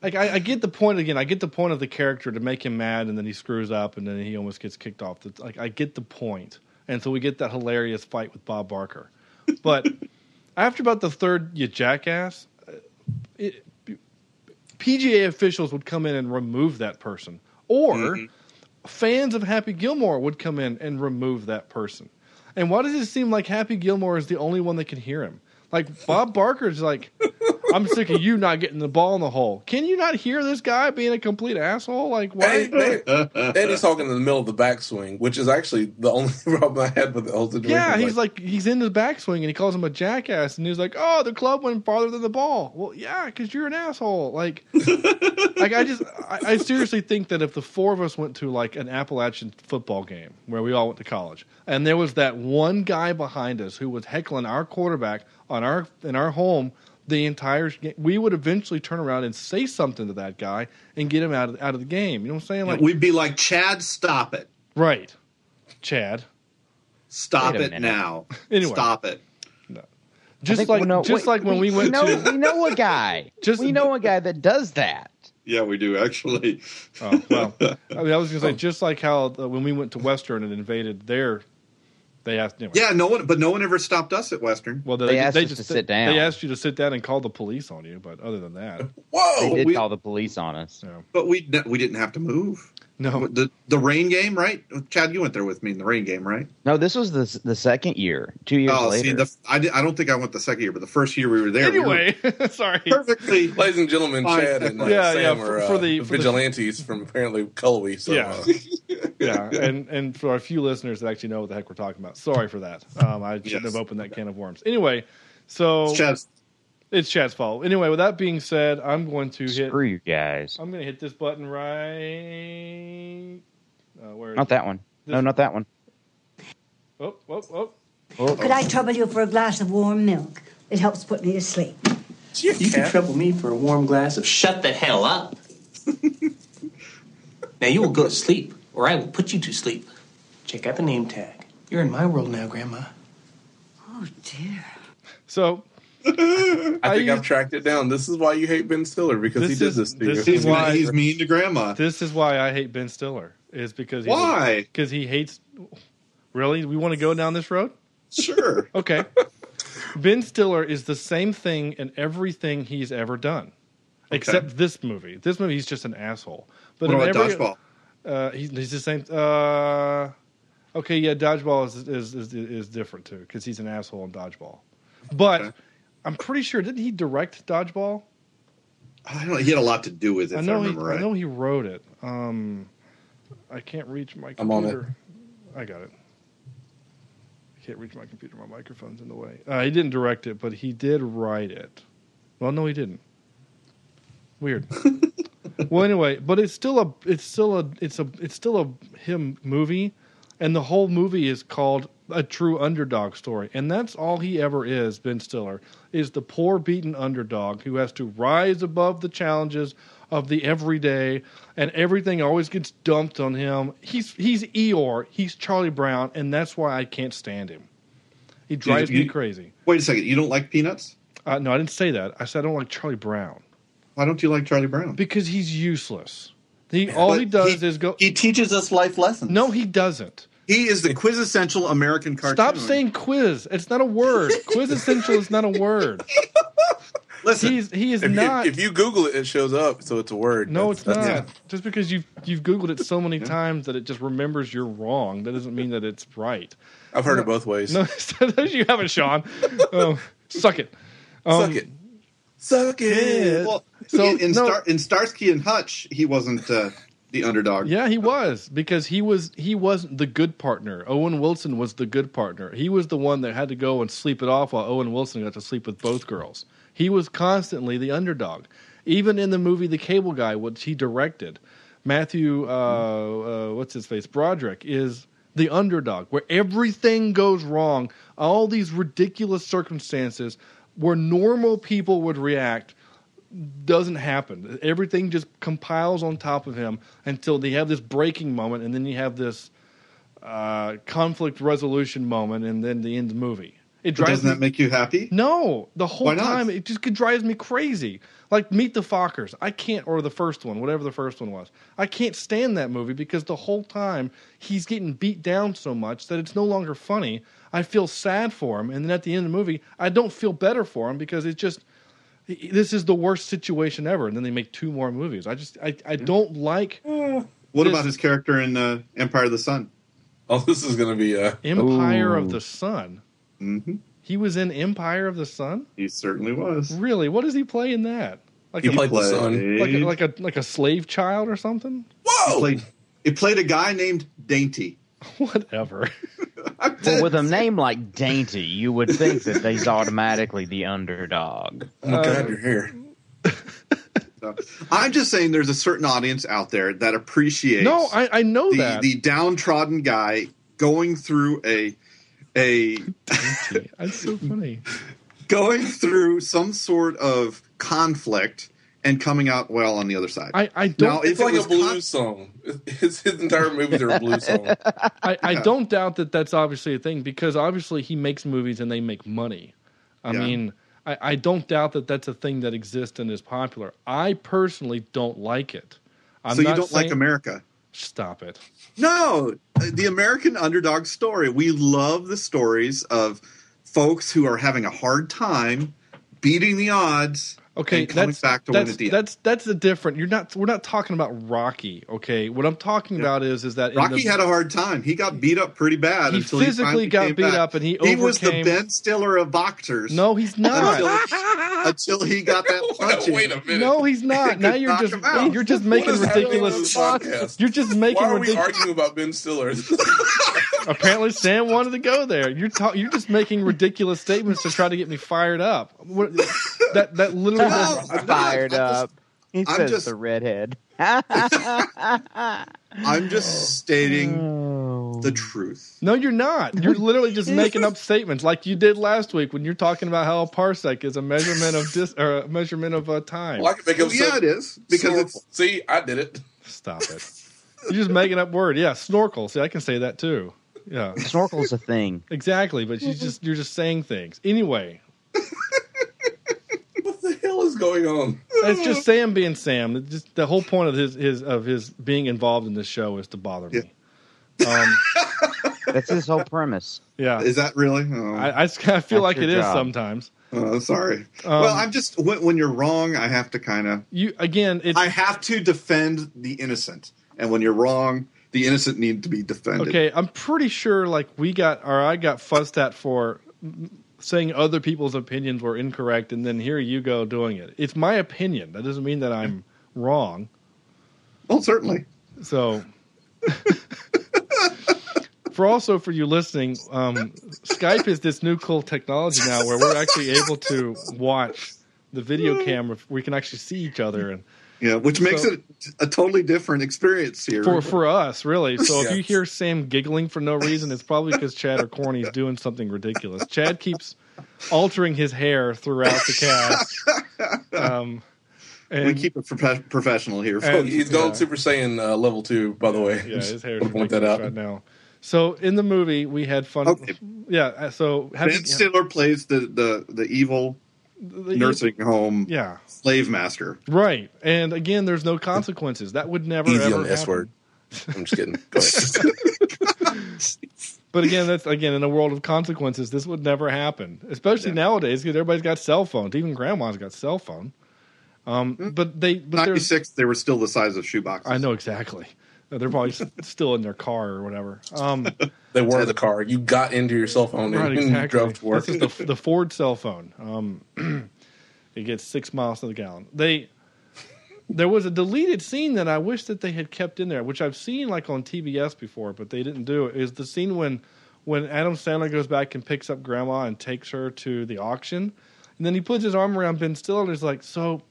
S1: like I, I get the point again. I get the point of the character to make him mad, and then he screws up, and then he almost gets kicked off. It's like I get the point, and so we get that hilarious fight with Bob Barker. But after about the third, you jackass, uh, it, PGA officials would come in and remove that person, or fans of Happy Gilmore would come in and remove that person. And why does it seem like Happy Gilmore is the only one that can hear him? Like Bob Barker's like, I'm sick of you not getting the ball in the hole. Can you not hear this guy being a complete asshole? Like, why?
S6: And, and- and he's talking in the middle of the backswing, which is actually the only problem I had with the whole situation.
S1: Yeah, he's like he's in the backswing and he calls him a jackass and he's like, "Oh, the club went farther than the ball." Well, yeah, because you're an asshole. Like, like I just I, I seriously think that if the four of us went to like an Appalachian football game where we all went to college and there was that one guy behind us who was heckling our quarterback on our in our home the entire game, we would eventually turn around and say something to that guy and get him out of out of the game. You know what I'm saying? Like,
S4: We'd be like, Chad, stop it.
S1: right, Chad.
S4: Stop
S5: Wait a
S4: it
S5: minute.
S4: now.
S1: Anyway.
S4: Stop it.
S1: Just
S5: think
S1: like
S5: we know-
S1: just
S5: wait,
S1: like when we, went
S5: know,
S1: to
S5: we know a guy.
S1: Just-
S5: we know a guy that does that.
S4: Yeah, we do, actually.
S1: Oh well, I mean, I was gonna say just like how uh, when we went to Western and invaded their, they asked. Anyway,
S4: Yeah, no one, but no one ever stopped us at Western.
S1: Well, they,
S5: They asked
S1: they
S5: us
S1: just
S5: to sit down.
S1: They asked you to sit down and call the police on you, but other than that,
S5: They
S6: whoa,
S5: did
S4: we-
S5: call the police on us.
S1: Yeah.
S4: But we no, we didn't have to move.
S1: no.
S4: The the rain game, right? Chad, you went there with me in the rain game, right?
S5: No, this was the the second year, two years
S4: oh,
S5: later.
S4: see, the, I, di- I don't think I went the second year, but the first year we were there, we were
S1: Anyway, sorry.
S4: perfectly.
S6: ladies and gentlemen,
S4: Fine.
S6: Chad and uh,
S1: Yeah,
S6: Sam
S1: yeah,
S6: are
S1: for- for
S6: uh,
S1: the- for the-
S6: vigilantes from apparently Cullowhee. So,
S1: Yeah.
S6: uh,
S1: Yeah, and and for our few listeners that actually know what the heck we're talking about, sorry for that. Um, I shouldn't
S4: Yes.
S1: have opened that can of worms. Anyway, so
S4: Chad's
S1: it's Chad's fault. Anyway, with that being said, I'm going to hit.
S5: Screw you guys.
S1: I'm going to hit this button right. Uh, where? is
S5: Not
S1: it?
S5: that one. No,
S1: This-
S5: not that one.
S1: Oh, oh, oh.
S8: Could I trouble you for a glass of warm milk? It helps put me to sleep.
S9: You can trouble me for a warm glass of shut the hell up. now you will go to sleep, or I will put you to sleep. Check out the name tag. You're in my world now, Grandma.
S8: Oh dear.
S1: So
S6: I think
S1: I-
S6: I've tracked it down. This is why you hate Ben Stiller because he
S1: This
S6: did
S1: is-
S6: this to
S1: this
S6: you.
S1: is why-
S4: he's mean to Grandma.
S1: This is why I hate Ben Stiller. Is because he's
S4: Why?
S1: Because he hates. Really, we want to go down this road?
S4: Sure.
S1: Okay. ben Stiller is the same thing in everything he's ever done, except this movie. This movie, he's just an asshole. But in
S4: What about
S1: every,
S4: dodgeball?
S1: Uh, he's, he's the same. Uh, okay, yeah, dodgeball is is is, is different too because he's an asshole in dodgeball. But
S4: Okay.
S1: I'm pretty sure didn't he direct dodgeball?
S4: I don't. He had a lot to do with it.
S1: I
S4: If I,
S1: know he,
S4: remember right.
S1: I know he wrote it. Um, I can't reach my
S6: I'm on it.
S1: computer. I got it. I can't reach my computer. My microphone's in the way. Uh, he didn't direct it, but he did write it. Well, no, he didn't. Weird. well, anyway, but it's still a, it's still a, it's a, it's still a him movie, and the whole movie is called a true underdog story, and that's all he ever is. Ben Stiller is the poor, beaten underdog who has to rise above the challenges of the everyday, and everything always gets dumped on him. He's he's Eeyore, he's Charlie Brown, and that's why I can't stand him. He drives
S4: you-
S1: me crazy.
S4: Wait a second. You don't like peanuts?
S1: Uh, no, I didn't say that. I said I don't like Charlie Brown
S4: Why don't you like Charlie Brown?
S1: because he's useless. He all he does is go.
S4: He teaches us life lessons.
S1: no, he doesn't.
S4: he is the quintessential American cartoon.
S1: Stop saying quiz. It's not a word. quiz essential is not a word.
S4: Listen,
S1: He's he is
S6: If you,
S1: not.
S6: if you Google it, it shows up, so it's a word.
S1: no,
S6: That's-
S1: it's not.
S6: that's-
S1: Just because you've you've googled it so many times that it just remembers you're wrong. That doesn't mean that it's right.
S6: I've heard it both ways.
S1: No, you haven't, Sean. Oh, suck it. um,
S6: Suck it. Suck it.
S4: well,
S1: So,
S4: in, in
S1: no.
S4: Star, in Starsky and Hutch, he wasn't uh, the underdog.
S1: Yeah, he was because he was he wasn't the good partner. Owen Wilson was the good partner. He was the one that had to go and sleep it off while Owen Wilson got to sleep with both girls. He was constantly the underdog. Even in the movie The Cable Guy, which he directed, Matthew uh, uh, what's his face Broderick is the underdog where everything goes wrong. All these ridiculous circumstances where normal people would react doesn't happen. Everything just compiles on top of him until they have this breaking moment, and then you have this uh, conflict resolution moment, and then the end of the movie. It
S4: But
S1: drives
S4: doesn't
S1: me
S4: that make you happy?
S1: no the whole
S4: Why not?
S1: time it just drives me crazy. Like Meet the Fockers, I can't, or the first one, whatever the first one was, I can't stand that movie because the whole time he's getting beat down so much that it's no longer funny. I feel sad for him, and then at the end of the movie, I don't feel better for him because it just this is the worst situation ever and then they make two more movies i just i, I don't like
S4: What
S1: This-
S4: about his character in uh, Empire of the Sun?
S6: Oh, this is going to be. Uh,
S1: empire of the sun
S4: Mhm.
S1: He was in Empire of the Sun.
S4: He certainly was.
S1: Really? What does he play in that? Like
S6: He
S1: a,
S6: played the
S4: Played-
S6: son.
S1: like a, like a like a slave child or something?
S6: Whoa!
S4: played, it Oh! played a guy named Dainty.
S1: Whatever.
S5: Well, with a name like Dainty, you would think that he's automatically the underdog.
S6: oh
S1: Uh,
S6: my God, you're here.
S4: So, I'm just saying there's a certain audience out there that appreciates
S1: no, I, I know
S4: the,
S1: that.
S4: the downtrodden guy going through a a
S1: That's so funny.
S4: going through some sort of conflict and coming out well on the other side.
S1: I, I
S4: Now,
S1: don't
S4: if
S6: It's
S4: it
S6: like
S4: was
S6: a
S4: con-
S6: blues song. It's his entire movies are a blues song.
S1: I, I don't doubt that that's obviously a thing because obviously he makes movies and they make money. I
S4: Yeah.
S1: mean, I, I don't doubt that that's a thing that exists and is popular. I personally don't like it. I'm
S4: so you
S1: not
S4: don't like
S1: saying-
S4: America?
S1: Stop it.
S4: No, uh, the American underdog story. We love the stories of folks who are having a hard time beating the odds.
S1: Okay,
S4: and coming
S1: that's
S4: back to win
S1: that's
S4: at the end.
S1: that's that's the different. You're not. We're not talking about Rocky. Okay, what I'm talking about is is that in
S4: Rocky
S1: the,
S4: had a hard time. He got beat up pretty bad
S1: He
S4: until
S1: physically
S4: he finally
S1: got
S4: came
S1: beat
S4: back.
S1: up and he
S4: was the
S1: overcame-
S4: Ben Stiller of boxers.
S1: no, he's
S4: until,
S1: not.
S4: until he got that punch. in.
S6: Wait a minute.
S1: No, he's not.
S4: Could
S1: Now you're
S4: knock
S1: just
S4: him out.
S1: you're just making
S6: is happening on
S1: ridiculous.
S6: this podcast?
S1: You're just making
S6: Why are we
S1: ridiculous.
S6: arguing about Ben Stiller?
S1: Apparently, Sam wanted to go there. You're ta- you're just making ridiculous statements to try to get me fired up. What, that that literally.
S4: No, I'm not.
S5: Fired
S4: I'm just-
S5: up. He
S4: I'm
S5: says
S4: just-
S5: the redhead.
S4: I'm just stating
S1: Oh.
S4: the truth.
S1: No, you're not. You're literally just making up statements like you did last week when you're talking about how a parsec is a measurement of dis or a measurement of uh, time.
S6: well, I can make up
S4: Well, yeah,
S6: some-
S4: it is because it's
S6: see, I did it.
S1: Stop it. You're just making up word. Yeah, snorkel. See, I can say that too. Yeah,
S5: Snorkel's a thing.
S1: exactly. But you just you're just saying things anyway.
S6: What the hell is going on?
S1: It's just Sam being Sam. It's Just the whole point of his, his of his being involved in this show is to bother me. Um,
S5: That's his whole premise.
S1: yeah,
S4: is that really? Oh,
S1: I, I, s- I feel like
S5: That's
S1: it
S5: your
S1: is
S5: job.
S1: sometimes.
S4: oh, sorry.
S1: Um,
S4: well, I'm just when, when you're wrong, I have to kind of
S1: You again. It's,
S4: I have to defend the innocent, and when you're wrong, the innocent need to be defended.
S1: Okay, I'm pretty sure like we got or I got fussed at for mm, saying other people's opinions were incorrect, and then here you go doing it. It's my opinion. That doesn't mean that I'm wrong.
S4: Well, certainly.
S1: So, for also for you listening, um, Skype is this new cool technology now where we're actually able to watch the video camera. We can actually see each other and
S4: Yeah, which makes
S1: So-
S4: it a totally different experience here.
S1: for for us really. So if
S6: Yeah.
S1: you hear Sam giggling for no reason, it's probably because Chad or Corny's doing something ridiculous. Chad keeps altering his hair throughout the cast. Um, and
S4: we keep it prof- professional here,
S1: And-
S4: folks.
S6: He's going
S1: Yeah.
S6: Super Saiyan uh, level two, by the way.
S1: yeah, his hair is
S6: Wanna point that
S1: ridiculous
S6: out.
S1: right now. So in the movie, we had fun.
S4: Okay.
S1: Yeah. uh, So happy,
S4: ben Stiller plays the, the, the evil
S1: the-
S4: nursing home
S1: Yeah.
S4: slave master.
S1: Right. And again, there's no consequences. That would never
S6: Easy
S1: ever
S6: on the S
S1: happen.
S6: word. I'm just kidding. Go ahead.
S1: But again, that's again in a world of consequences, this would never happen, especially nowadays because everybody's got cell phones. Even grandma's got cell phone. Um, but they, but
S4: Ninety
S1: there's,
S4: six, they were still the size of shoeboxes.
S1: I know exactly. Uh, They're probably s- still in their car or whatever. Um,
S6: They were the car. You got into your cell phone
S1: right,
S6: and you
S1: exactly.
S6: drove to work.
S1: This is the, the Ford cell phone. Um, it gets six miles to the gallon. They, there was a deleted scene that I wish that they had kept in there, which I've seen like on TBS before, but they didn't do. it, Is the scene when when Adam Sandler goes back and picks up Grandma and takes her to the auction, and then he puts his arm around Ben Stiller and is like, "So,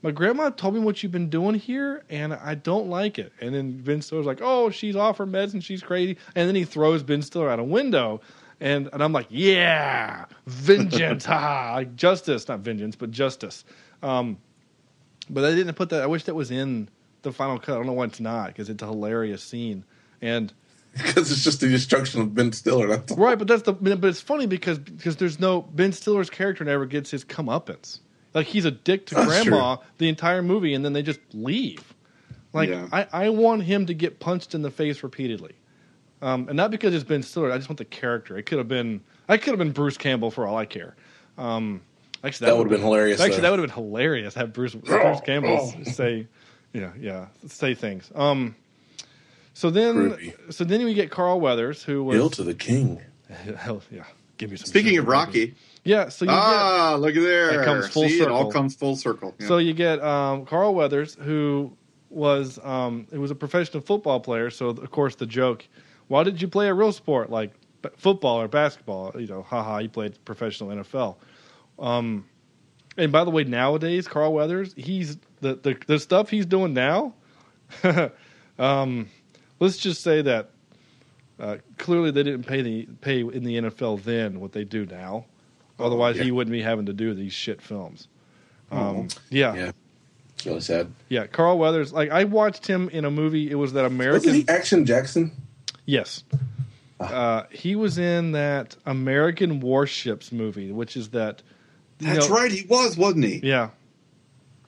S1: my grandma told me what you've been doing here, and I don't like it." And then Ben Stiller's like, "Oh, she's off her meds and she's crazy," and then he throws Ben Stiller out a window. And, and I'm like, yeah, vengeance, ha, like justice, not vengeance, but justice. Um, but I didn't put that. I wish that was in the final cut. I don't know why it's not because it's a hilarious scene. And
S6: Because it's just the destruction of Ben Stiller. That's all.
S1: right, but that's the. But it's funny because because there's no Ben Stiller's character never gets his comeuppance. Like he's a dick to
S6: That's
S1: grandma the entire movie, and then they just leave. Like
S4: Yeah.
S1: I, I want him to get punched in the face repeatedly, um, and not because it's Ben Stiller. I just want the character. It could have been I could have been Bruce Campbell for all I care. Um, actually,
S6: That would have been hilarious.
S1: Actually,
S6: though.
S1: that would have been hilarious. Have Bruce Bruce Campbell say, yeah, yeah, say things. Um, so then,
S6: Groovy.
S1: so then we get Carl Weathers, who was
S6: Hail to the king.
S1: hell, yeah, give you some.
S4: Speaking
S1: sugar,
S4: of
S1: baby.
S4: Rocky,
S1: yeah. So you get,
S4: ah, look at there.
S1: It comes full
S4: See, it all
S1: circle.
S4: comes full circle. Yeah.
S1: so you get um, Carl Weathers, who was um, who was a professional football player. So of course the joke, why did you play a real sport like b- football or basketball? You know, haha, you played professional NFL. Um, and by the way, nowadays Carl Weathers, he's the the, the stuff he's doing now. um, let's just say that uh, clearly they didn't pay the pay in the NFL then what they do now.
S4: Oh,
S1: Otherwise, he
S6: yeah.
S1: wouldn't be having to do these shit films. Um, yeah, yeah,
S6: Yeah. It's really sad.
S1: Carl Weathers. Like I watched him in a movie. It was that American.
S6: Wasn't he Action Jackson?
S1: Yes.
S4: Ah.
S1: Uh, he was in that American Warships movie, which is that. you
S4: That's
S1: know-
S4: right. He was, wasn't he?
S1: Yeah.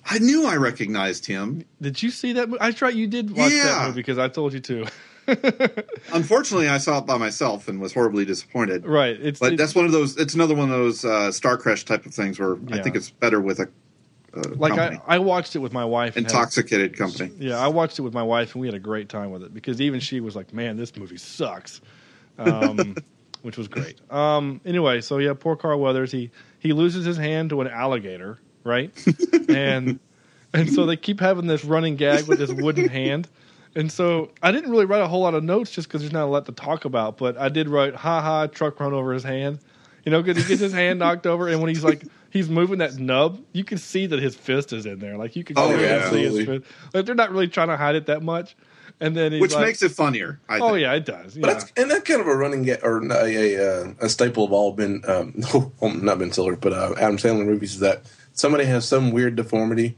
S4: I knew I recognized him.
S1: Did you see that? mo- I tried. You did watch that
S4: Yeah.
S1: movie because I told you to.
S4: Unfortunately, I saw it by myself and was horribly disappointed.
S1: right. It's
S4: But
S1: it-
S4: that's one of those. It's another one of those uh, Star Crash type of things where I
S1: Yeah.
S4: think it's better with a, a
S1: like I,
S4: company,
S1: I watched it with my wife. and had-
S4: intoxicated company.
S1: Yeah, I watched it with my wife, and we had a great time with it because even she was like, "Man, this movie sucks," um, which was great. Um, anyway, so yeah, poor Carl Weathers. He he loses his hand to an alligator, right? and and so they keep having this running gag with this wooden hand. And so I didn't really write a whole lot of notes just because there's not a lot to talk about. But I did write, "Ha ha!" Truck run over his hand. You know, because he gets his hand knocked over, and when he's like, he's moving that nub, you can see that his fist is in there. Like you can
S4: Oh,
S1: clearly
S4: yeah,
S1: see his
S6: absolutely.
S1: fist. Like they're not really trying to hide it that much. And then he's
S4: Which
S1: like,
S4: makes it funnier. I
S1: oh
S4: think.
S1: yeah, it does.
S6: But
S1: Yeah.
S6: that's and that kind of a running get or n- a a, uh, a staple of all Ben um, no, not Ben Stiller but uh, Adam Sandler movies is that somebody has some weird deformity.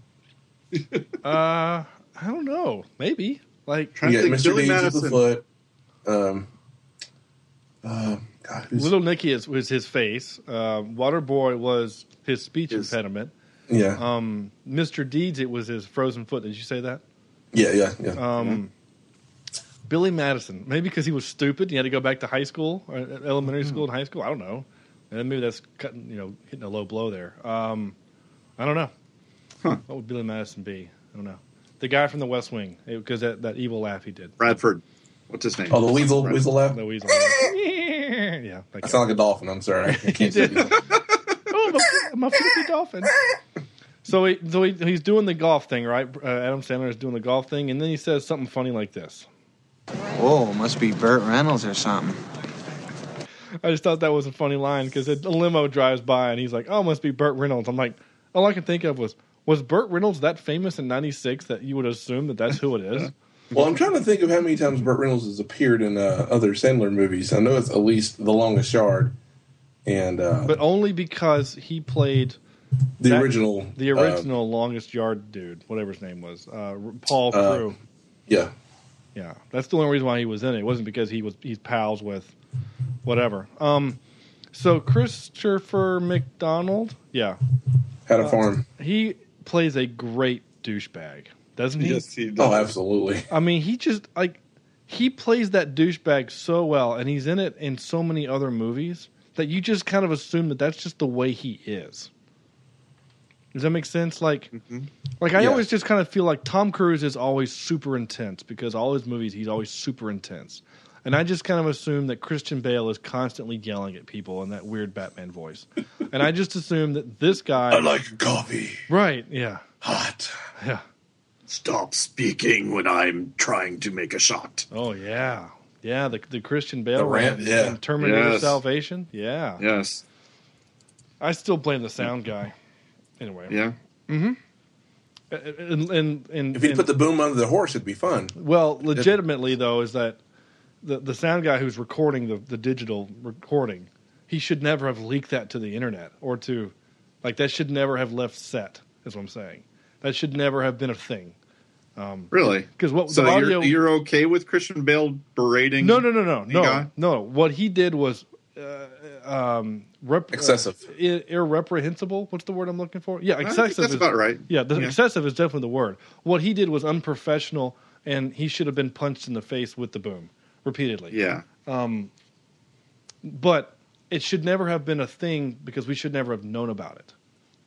S1: Uh, I don't know. Maybe like
S4: Trying
S6: You
S4: to
S6: got
S4: think,
S6: Mr.
S4: Billy
S6: Deeds with
S4: Madison.
S6: the foot. Um, uh, God, who's-
S1: Little Nicky is was his face. Uh, Waterboy was his speech
S6: His-
S1: impediment.
S6: yeah,
S1: Um, Mr. Deeds, it was his frozen foot. Did you say that?
S6: yeah, yeah, yeah.
S1: Um, Billy Madison, maybe because he was stupid, and he had to go back to high school, or elementary school and high school. I don't know, and maybe that's cutting, you know, hitting a low blow there. Um, I don't know. What would Billy Madison be? I don't know. The guy from The West Wing, because that, that evil laugh he did.
S4: Bradford. What's his name?
S6: oh, the weasel,
S4: Right.
S6: weasel laugh.
S1: The weasel. yeah. That
S6: I
S1: guy.
S6: sound like a dolphin. I'm sorry, I can't do
S1: did. oh, I'm a- I'm a flippy dolphin. So he, so he, he's doing the golf thing, right? Uh, Adam Sandler is doing the golf thing, and then he says something funny like this.
S2: Whoa, must be Burt Reynolds or something.
S1: I just thought that was a funny line because a limo drives by and he's like, "Oh, it must be Burt Reynolds." I'm like, all I could think of was, was Burt Reynolds that famous in '96 that you would assume that that's who it is?
S6: Well, I'm trying to think of how many times Burt Reynolds has appeared in uh, other Sandler movies. I know it's at least The Longest Yard and uh,
S1: but only because he played
S6: the
S1: that-
S6: original.
S1: the
S6: uh,
S1: original longest yard dude, whatever his name was, uh, Paul
S6: Uh,
S1: Crew.
S6: yeah.
S1: Yeah, that's the only reason why he was in it. It wasn't because he was he's pals with whatever. Um, so Christopher McDonald, yeah,
S6: Had
S1: Uh,
S6: a farm.
S1: he plays a great douchebag, doesn't he?
S4: Yes, he does.
S6: Oh, absolutely.
S1: I mean, he just like he plays that douchebag so well, and he's in it in so many other movies that you just kind of assume that that's just the way he is. Does that make sense? Like, like I
S6: Mm-hmm. Yeah.
S1: always just kind of feel like Tom Cruise is always super intense because all his movies he's always super intense, and I just kind of assume that Christian Bale is constantly yelling at people in that weird Batman voice, and I just assume that this guy,
S6: I like your coffee
S1: right? Yeah,
S6: hot.
S1: yeah.
S4: Stop speaking when I'm trying to make a shot.
S1: Oh yeah, yeah. The the Christian Bale
S6: The rant,
S1: rant,
S6: yeah.
S1: in Terminator
S4: Yes.
S1: Salvation. Yeah.
S4: Yes.
S1: I still blame the sound guy. Anyway, Uh,
S4: Yeah.
S1: and and, and,
S6: If he
S1: and-
S6: put the boom under the horse, it'd be fun.
S1: well, legitimately though, is that the the sound guy who's recording the the digital recording, he should never have leaked that to the internet or to, like that should never have left set. Is what I'm saying. That should never have been a thing.
S4: Really?
S1: 'Cause what-
S4: So
S1: the
S4: you're
S1: audio-
S4: you're okay with Christian Bale berating?
S1: No, no, no, no,
S4: the
S1: no,
S4: guy?
S1: no. What he did was uh, um, rep-
S6: Excessive.
S1: uh, ir- irreprehensible. What's the word I'm looking for? Yeah,
S4: I
S1: excessive.
S4: think that's
S1: is,
S4: about right.
S1: Yeah, the,
S4: Yeah.
S1: excessive is definitely the word. What he did was unprofessional, and he should have been punched in the face with the boom repeatedly.
S4: Yeah.
S1: but it should never have been a thing because we should never have known about it.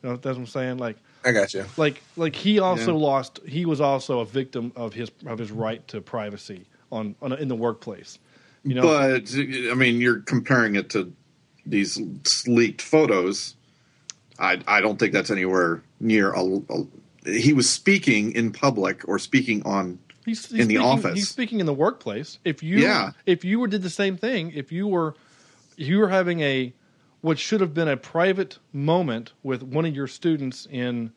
S1: You know, that's what I'm saying. Like,
S6: I got you.
S1: like like he also
S4: Yeah.
S1: lost he was also a victim of his of his right to privacy on, on in the workplace you know
S4: But I mean, you're comparing it to these leaked photos, I I don't think that's anywhere near a. a- he was speaking in public or speaking on.
S1: He's, he's
S4: In the
S1: speaking,
S4: office.
S1: He's speaking in the workplace. If you
S4: Yeah.
S1: if you were did the same thing, if you were you were having a what should have been a private moment with one of your students in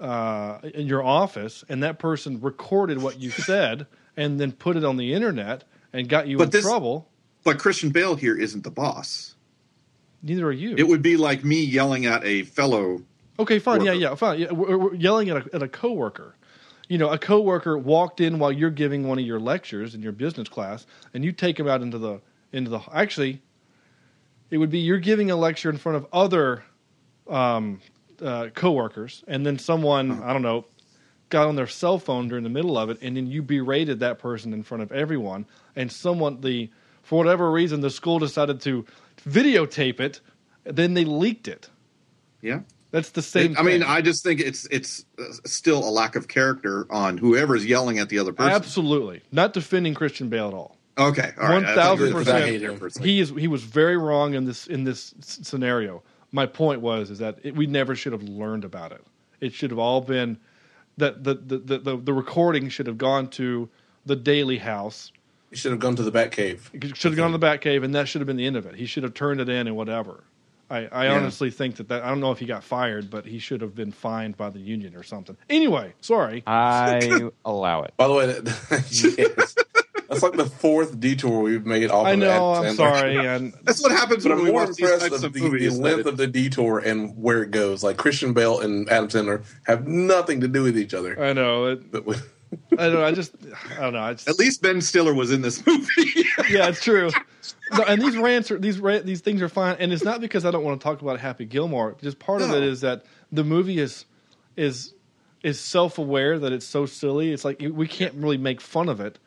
S1: uh, in your office, and that person recorded what you said and then put it on the internet and got you
S4: But
S1: in
S4: this-
S1: trouble,
S4: But Christian Bale here isn't the boss.
S1: neither are you.
S4: It would be like me yelling at a fellow.
S1: Okay, fine.
S4: Worker.
S1: Yeah, yeah, fine. Yeah, we're, we're yelling at a, at a coworker. You know, a coworker walked in while you're giving one of your lectures in your business class, and you take him out into the into the. Actually, it would be you're giving a lecture in front of other um, uh, coworkers, and then someone
S4: Uh-huh.
S1: I don't know got on their cell phone during the middle of it, and then you berated that person in front of everyone, and someone the for whatever reason the school decided to videotape it, then they leaked it.
S4: Yeah.
S1: That's the same.
S4: I mean,
S1: thing.
S4: I just think it's it's uh, still a lack of character on whoever's yelling at the other person.
S1: Absolutely. Not defending Christian Bale at all.
S4: Okay, all right. I thought you were
S1: 1000%.
S4: defending the other person.
S1: He is he was very wrong in this in this s- scenario. My point was is that it, we never should have learned about it. It should have all been that the the, the, the the recording should have gone to the Daily House.
S6: You should have gone to the Bat Cave.
S1: It should have gone to the back cave, and that should have been the end of it. He should have turned it in and whatever. I, I
S4: Yeah.
S1: honestly think that, that I don't know if he got fired, but he should have been fined by the union or something. Anyway, sorry.
S5: I allow it.
S6: By the way, that, yes, that's like the fourth detour we've made off
S1: I
S6: of
S1: know.
S6: Adam
S1: I'm
S6: Sandler.
S1: sorry, and
S4: That's what happens
S6: But
S4: when
S6: I'm
S4: we
S6: more
S4: watch these
S6: impressed
S4: types
S6: of the,
S4: of
S6: the
S4: movies.
S6: length of the detour and where it goes. Like Christian Bale and Adam Sandler have nothing to do with each other.
S1: I know it,
S6: But we,
S1: I don't know. I just, I don't know. I just,
S4: At least Ben Stiller was in this movie.
S6: Oh,
S1: yeah, it's true. No, and these rants are these rant, these things are fine, and it's not because I don't want to talk about Happy Gilmore. Just part of
S4: No.
S1: it is that the movie is is is self aware that it's so silly. It's like we can't really make fun of it.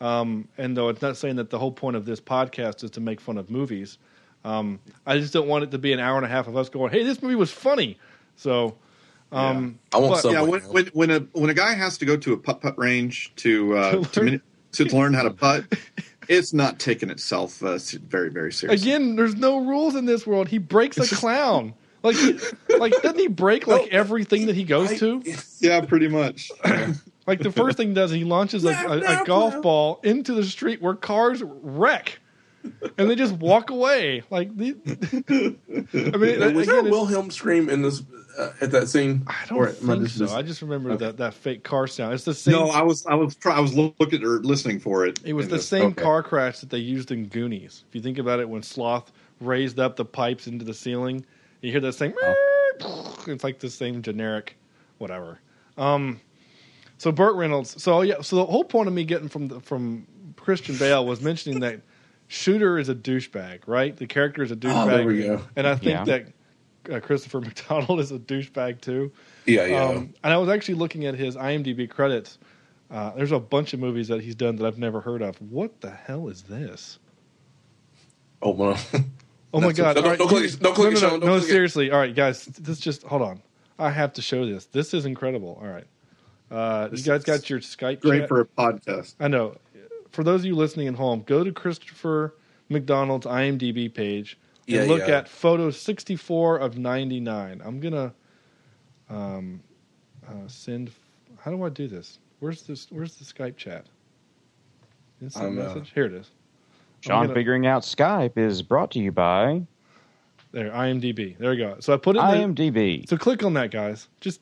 S1: Um, and though it's not saying that the whole point of this podcast is to make fun of movies, um, I just don't want it to be an hour and a half of us going, "Hey, this movie was funny." So, um,
S6: I want
S1: But-
S6: some.
S4: yeah, when, when when a when a guy has to go to a putt putt range to uh,
S1: To
S4: to,
S1: learn-
S4: min- to learn how to putt, it's not taking itself uh, se- very very seriously.
S1: again, there's no rules in this world. He breaks a clown. Like, he- like doesn't he break like everything that he goes to?
S4: Yeah, pretty much.
S1: Like the first thing he does, he launches a, a, a golf ball into the street where cars wreck, and they just walk away. Like, the, I mean,
S6: was
S1: uh, again,
S6: there a
S1: it's-
S6: Wilhelm scream in this uh, at that scene?
S1: I don't
S6: Or am
S1: think
S6: just-
S1: so. I just remembered that that fake car sound. It's the same.
S4: no, I was I was try- I was loo- looking or listening for it.
S1: It was
S4: in
S1: the
S4: this.
S1: same
S6: okay.
S1: car crash that they used in Goonies. If you think about it, when Sloth raised up the pipes into the ceiling, you hear that same.
S6: Oh.
S1: It's like the same generic, whatever. Um, so Burt Reynolds. So oh, yeah. So the whole point of me getting from the, from Christian Bale was mentioning that Shooter is a douchebag, right? The character is a douchebag.
S6: Oh, there we go.
S1: And I think
S5: Yeah.
S1: that uh, Christopher McDonald is a douchebag too.
S6: yeah, yeah.
S1: Um, and I was actually looking at his IMDb credits. Uh, there's a bunch of movies that he's done that I've never heard of. What the hell is this?
S6: oh well.
S1: Oh my
S6: That's
S1: god!
S6: it. No,
S1: All right,
S6: don't click
S1: you-
S6: it. Don't
S1: no,
S6: click it,
S1: no,
S6: Sean.
S1: No,
S6: Don't
S1: no,
S6: click it.
S1: seriously. All right, guys, this just hold on. I have to show this. This is incredible. All right, uh, you guys got your Skype.
S4: great
S1: chat?
S4: for a podcast.
S1: I know. For those of you listening at home, go to Christopher McDonald's IMDb page and
S6: Yeah,
S1: look
S6: yeah.
S1: at photo 64 of 99. I'm gonna um, uh, send. How do I do this? Where's this? Where's the Skype chat? Instant
S6: I'm, uh,
S1: message. Here it is.
S5: Sean
S1: gonna-
S5: figuring out Skype is brought to you by
S1: There, IMDb. There you go. So I put it. In the-
S5: IMDb.
S1: so click on that, guys. Just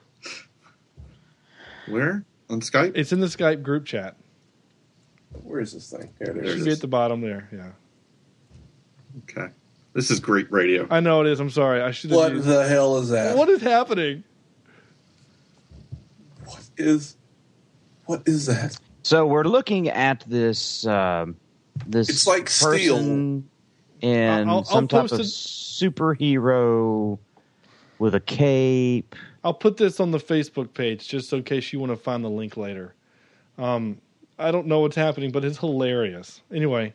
S4: Where on Skype?
S1: it's in the Skype group chat.
S6: Where is this thing? Here
S1: It
S6: it
S1: should be
S6: is.
S1: at the bottom there. Yeah,
S4: Okay, this is great radio.
S1: I know it is. I'm sorry. I should have.
S6: What
S1: used-
S6: the hell is that?
S1: What is happening?
S6: what is? What is that?
S5: So we're looking at this. Um, this
S6: It's like steel.
S5: person in
S1: I'll- I'll
S5: some type
S1: post
S5: of
S1: it-
S5: superhero with a cape.
S1: I'll put this on the Facebook page just in case you want to find the link later. Um, I don't know what's happening, but it's hilarious. Anyway,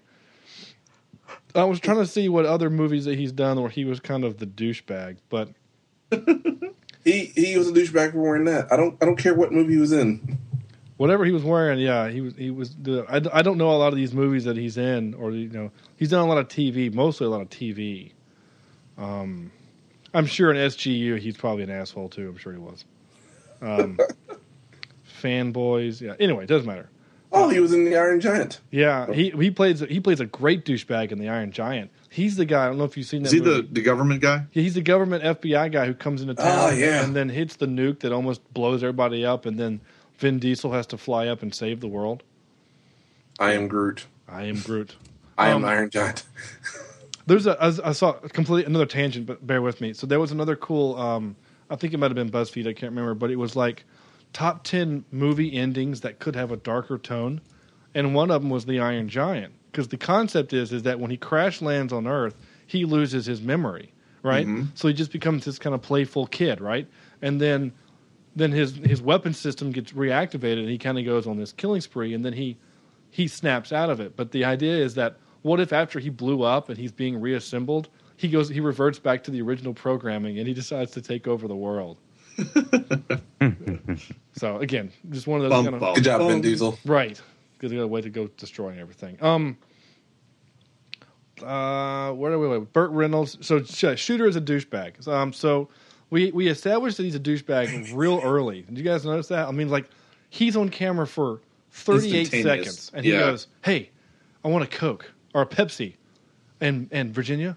S1: I was trying to see what other movies that he's done where he was kind of the douchebag, but
S6: He he was a douchebag for wearing that. I don't I don't care what movie he was in.
S1: whatever he was wearing, yeah, he was he was. The, I I don't know a lot of these movies that he's in, or you know, he's done a lot of TV, mostly a lot of TV. Um, I'm sure in SGU he's probably an asshole too. I'm sure he was. Um, fanboys, yeah. Anyway, it doesn't matter.
S6: Oh, he was in the Iron Giant.
S1: Yeah, he he plays he plays a great douchebag in the Iron Giant. He's the guy. I don't know if you've seen that.
S4: Is he
S1: movie.
S4: the, the government guy?
S1: Yeah, he's the government FBI guy who comes into town
S6: Oh, yeah.
S1: and then hits the nuke that almost blows everybody up, and then Vin Diesel has to fly up and save the world.
S6: I am Groot.
S1: I am Groot.
S6: I
S1: Um,
S6: am Iron Giant.
S1: There's a I, I saw completely another tangent, but bear with me. So there was another cool. Um, I think it might have been BuzzFeed. I can't remember, but it was like top ten movie endings that could have a darker tone, and one of them was the Iron Giant because the concept is is that when he crash lands on Earth, he loses his memory, right? So he just becomes this kind of playful kid, right? And then then his his weapon system gets reactivated, and he kind of goes on this killing spree, and then he he snaps out of it. But the idea is that what if after he blew up and he's being reassembled, he goes he reverts back to the original programming and he decides to take over the world. so again, just one of those
S4: Bum,
S1: kind of
S4: bum.
S6: Good job,
S1: Um,
S6: Vin Diesel.
S1: Right. Because they got a way to go destroying everything. Um. Uh, where do we? Wait? Burt Reynolds. So Sh- uh, Shooter is a douchebag. So, Um, so we we established that he's a douchebag real early. Did you guys notice that? I mean, like he's on camera for thirty eight
S4: Instantaneous.
S1: seconds, and he
S4: Yeah.
S1: goes, "Hey, I want a Coke or a Pepsi," and and Virginia,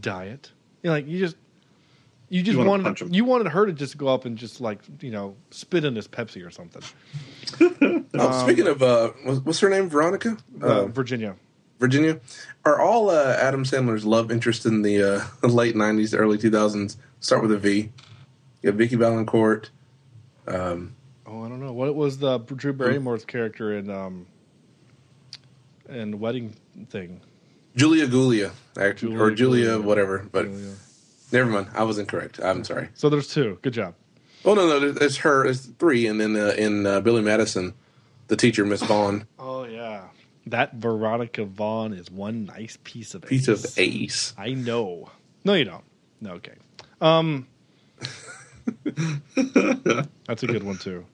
S1: diet. You know, like you just you just
S4: You wanna punch
S1: wanted
S4: him.
S1: you wanted her to just go up and just like you know spit in his Pepsi or something.
S6: Oh, speaking of, uh, what's what's her name? Veronica?
S1: um, Uh,
S6: Uh,
S1: Virginia.
S6: Virginia? Are all uh, Adam Sandler's love interest in the uh, late 90s, early 2000s start with a V? You got Vicky Valancourt. Um,
S1: Oh, I don't know. What was the Drew Barrymore's character in um in wedding thing?
S6: Julia Gulia, act-
S1: Julia
S6: or Julia,
S1: Gulia.
S6: whatever. But
S1: Julia.
S6: never mind, I was incorrect. I'm sorry.
S1: So there's two. Good job.
S6: Oh no, no, it's her. It's three, and then uh, in uh, Billy Madison, the teacher Miss Vaughn,
S1: Oh yeah. That Veronica Vaughn is one nice piece of
S6: piece
S1: ace.
S6: of ace.
S1: I know. No, you don't. No, okay. Um, that's a good one too.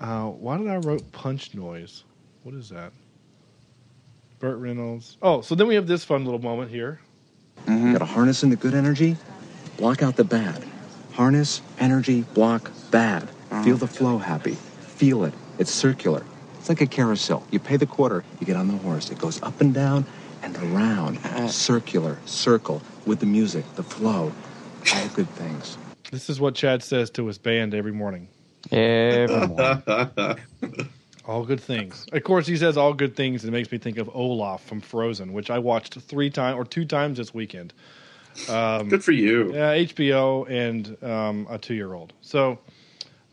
S1: Uh, why did I wrote punch noise? What is that? Burt Reynolds. Oh, so then we have this fun little moment here.
S10: Got to harness in the good energy, block out the bad. Harness, energy, block, bad. Feel the flow happy. Feel it. It's circular. It's like a carousel. You pay the quarter, you get on the horse. It goes up and down and around.
S11: Uh-huh.
S10: Circular, circle, with the music, the flow. All good things.
S1: This is what Chad says to his band every morning.
S5: Every morning.
S1: All good things. Of course, he says all good things. and It makes me think of Olaf from Frozen, which I watched three times or two times this weekend.
S4: Good for you.
S1: Um, Yeah, HBO and um, a two-year-old. So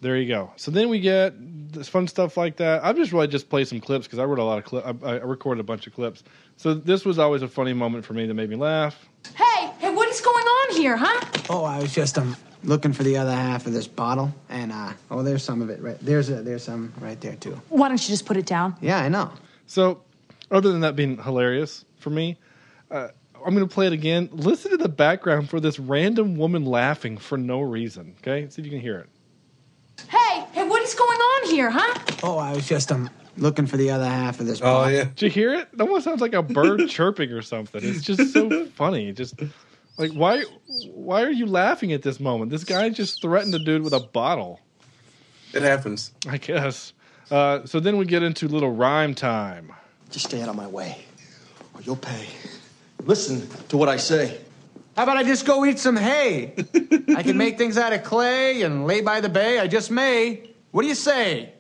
S1: there you go. So then we get this fun stuff like that. I've just really just played some clips because I wrote a lot of clips. I, I recorded a bunch of clips. So this was always a funny moment for me that made me laugh.
S3: Hey, hey, what is going on here, huh?
S11: Oh, I was just um looking for the other half of this bottle, and uh oh, there's some of it right there's a, there's some right there too.
S3: Why don't you just put it down?
S11: Yeah, I know.
S1: So other than that being hilarious for me, uh, I'm going to play it again. Listen to the background for this random woman laughing for no reason. Okay, see if you can hear it.
S3: Hey, hey, what is going on here, huh?
S11: Oh, I was just um looking for the other half of this
S6: Oh
S11: bottle.
S6: yeah,
S1: Did you hear it? It almost sounds like a bird chirping or something. It's just so funny. Just like why why are you laughing at this moment? This guy just threatened the dude with a bottle,
S6: it happens.
S1: I guess. Uh, so then we get into little rhyme time.
S10: Just stay out of my way, or you'll pay. Listen to what I say.
S11: How about I just go eat some hay? I can make things out of clay and lay by the bay. I just may. What do you say?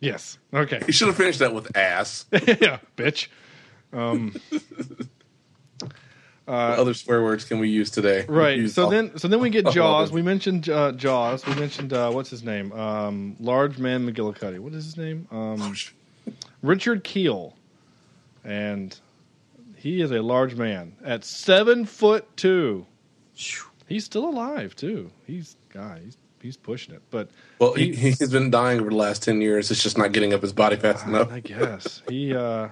S1: Yes. Okay.
S6: You should have finished that with ass.
S1: yeah, bitch.
S6: what other swear words can we use today?
S1: Right.
S6: Use
S1: so
S6: all-
S1: then, so then we get
S6: all of
S1: Jaws.
S6: them.
S1: We mentioned uh, Jaws. We mentioned uh, what's his name? Um, Large Man McGillicuddy. What is his name? Um, Richard Keel, and he is a large man at seven foot two. He's still alive too. He's guy. He's he's pushing it, but
S6: well, he, he's been dying over the last ten years. It's just not getting up his body fast enough.
S1: I guess he. Uh,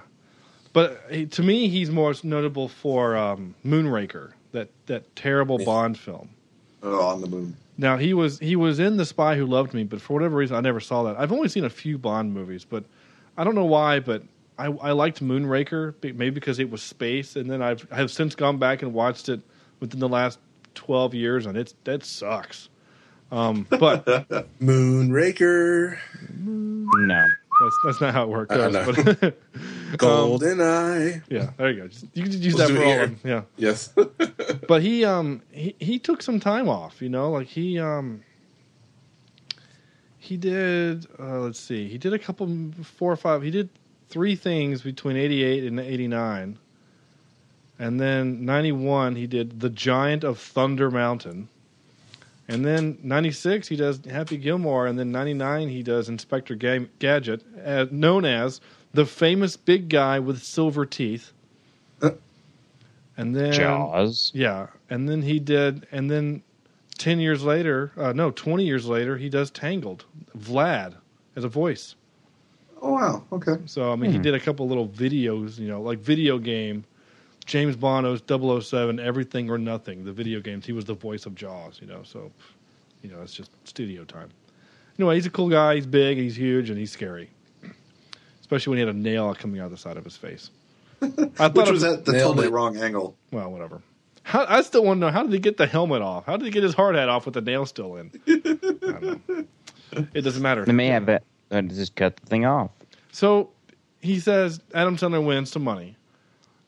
S1: but he, to me, he's most notable for um, Moonraker, that that terrible Bond film.
S4: Oh, on the moon.
S1: Now he was he was in The Spy Who Loved Me, but for whatever reason I never saw that. I've only seen a few Bond movies, but I don't know why, but I, I liked Moonraker be- maybe because it was space, and then I've I've since gone back and watched it within the last twelve years, and it's that sucks. Um, but
S6: Moonraker.
S5: No,
S1: that's that's not how it works.
S6: I know.
S1: but- Um,
S6: Golden Eye.
S1: Yeah, there you go. Just- you can just use
S6: Let's
S1: that
S6: do
S1: for
S6: it
S1: all
S6: here.
S1: of them. Yeah.
S6: Yes.
S1: but he um he, he took some time off you know like he um he did uh, let's see he did a couple four or five he did three things between 88 and 89 and then 91 he did the giant of thunder mountain and then 96 he does happy gilmore and then 99 he does inspector Ga- gadget uh, known as the famous big guy with silver teeth and then
S5: Jaws.
S1: yeah, and then he did, and then ten years later, uh, no, twenty years later, he does Tangled, Vlad as a voice.
S4: Oh wow, okay.
S1: So I mean, he
S5: Hmm.
S1: did a couple little videos, you know, like video game, James Bond oh, 007, Everything or Nothing, the video games. He was the voice of Jaws, you know. So, you know, it's just studio time. Anyway, he's a cool guy. He's big. He's huge, and he's scary. Especially when he had a nail coming out the side of his face. I
S4: Which
S1: it-
S4: was at the
S6: Nailed
S4: totally
S6: it.
S4: wrong angle.
S1: well, whatever. How, I still want to know how did he get the helmet off? How did he get his hard hat off with the nail still in? I don't know. It doesn't matter.
S5: They may have that. uh, Just cut the thing off.
S1: So he says Adam Sandler wins some money,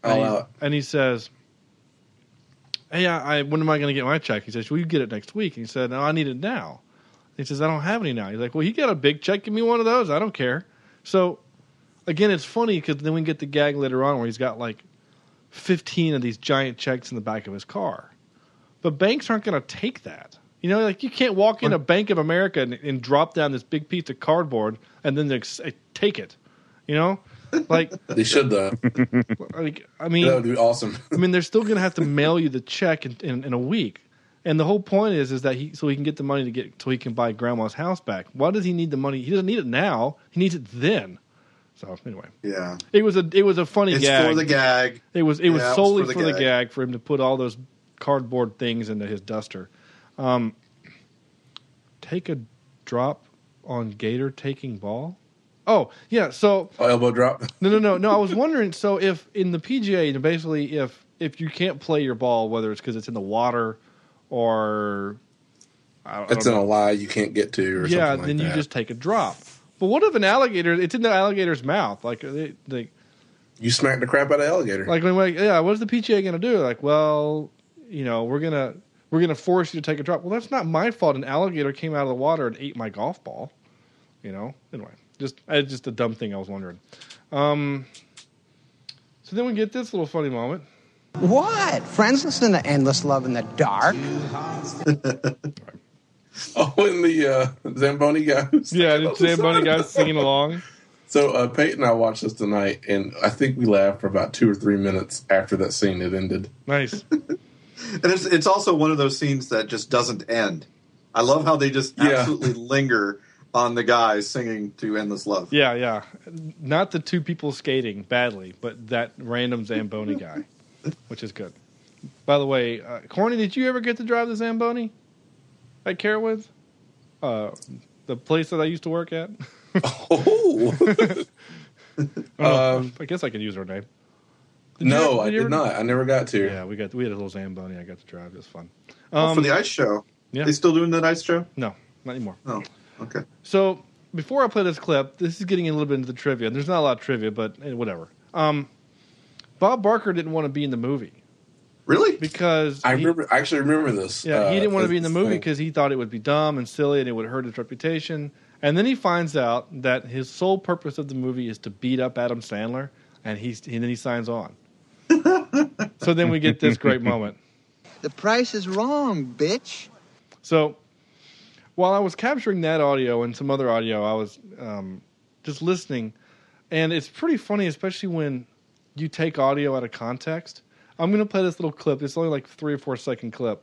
S1: and,
S6: All
S1: he,
S6: out.
S1: and he says, "Hey, I, I when am I going to get my check?" He says, "Well, you get it next week." And he said, "No, I need it now." He says, "I don't have any now." He's like, "Well, you got a big check. Give me one of those. I don't care." So again, it's funny because then we get the gag later on where he's got like fifteen of these giant checks in the back of his car, but banks aren't going to take that. You know, like you can't walk into Bank of America and, and drop down this big piece of cardboard and then ex- take it. You know, like,
S6: They should though.
S1: like I
S6: that
S1: mean,
S6: would be awesome.
S1: I mean, they're still going to have to mail you the check in, in, in a week. And the whole point is, is that he so he can get the money to get so he can buy grandma's house back. Why does he need the money? He doesn't need it now. He needs it then. So anyway,
S4: Yeah.
S1: it was a it was a funny
S4: It's
S1: gag.
S4: for the gag.
S1: It was it was
S4: Yeah, it was
S1: solely
S4: for
S1: for,
S4: the
S1: the
S4: gag.
S1: gag for him to put all those cardboard things into his duster. Um, take a drop on Gator taking ball. Oh yeah, so
S6: Oh, elbow drop.
S1: no, no, no, no. I was wondering. So, if in the PGA, you know, basically, if if you can't play your ball, whether it's because it's in the water or I don't, I
S6: That's
S1: don't
S6: in a lie you can't get to or
S1: know. yeah,
S6: something like
S1: then you
S6: that.
S1: just take a drop. But what if an alligator? It's in the alligator's mouth. Like, they, they,
S6: You smack the crap out of alligator.
S1: like, when, like, yeah. What is the PGA going to do? Like, well, you know, we're gonna we're gonna force you to take a drop. Well, that's not my fault. An alligator came out of the water and ate my golf ball. You know. Anyway, just it's just a dumb thing I was wondering. Um, so then we get this little funny moment.
S2: What? Friends listen to Endless Love in the Dark?
S6: oh, and the uh, Zamboni guy. "Oh,
S1: Yeah, the Zamboni guy singing along.
S6: So uh, Peyton and I watched this tonight, and I think we laughed for about two or three minutes after that scene had ended.
S1: Nice.
S4: And it's, it's also one of those scenes that just doesn't end. I love how they just
S6: Yeah.
S4: absolutely linger on the guy singing to Endless Love.
S1: Yeah, yeah. Not the two people skating badly, but that random Zamboni guy, which is good. By the way, uh, Corny, did you ever get to drive the Zamboni at Carowinds? Uh, the place that I used to work at?
S6: Oh
S1: I don't know.
S6: Um,
S1: I guess I could use her name. Did you
S6: no,
S1: ever-
S6: I
S1: you
S6: did
S1: ever-
S6: not. I never got to.
S1: Yeah, we got we had a little Zamboni I got to drive. It was fun.
S4: Oh, for the ice show.
S1: Um, yeah.
S4: They still doing that ice show?
S1: No, not anymore.
S4: Oh, okay.
S1: So before I play this clip, this is getting a little bit into the trivia. There's not a lot of trivia, but eh, whatever. Um, Bob Barker didn't want to be in the movie
S4: Really?
S1: because
S6: I
S1: he-
S6: remember. I actually remember this.
S1: yeah, he
S6: uh,
S1: didn't want to be in the
S6: this
S1: movie
S6: thing.
S1: because he thought it would be dumb and silly and it would hurt his reputation. And then he finds out that his sole purpose of the movie is to beat up Adam Sandler, and he's and then he signs on. so then we get this great moment.
S2: The price is wrong, bitch.
S1: So while I was capturing that audio and some other audio, I was um, just listening, and it's pretty funny, especially when you take audio out of context. I'm going to play this little clip. It's only like three or four second clip,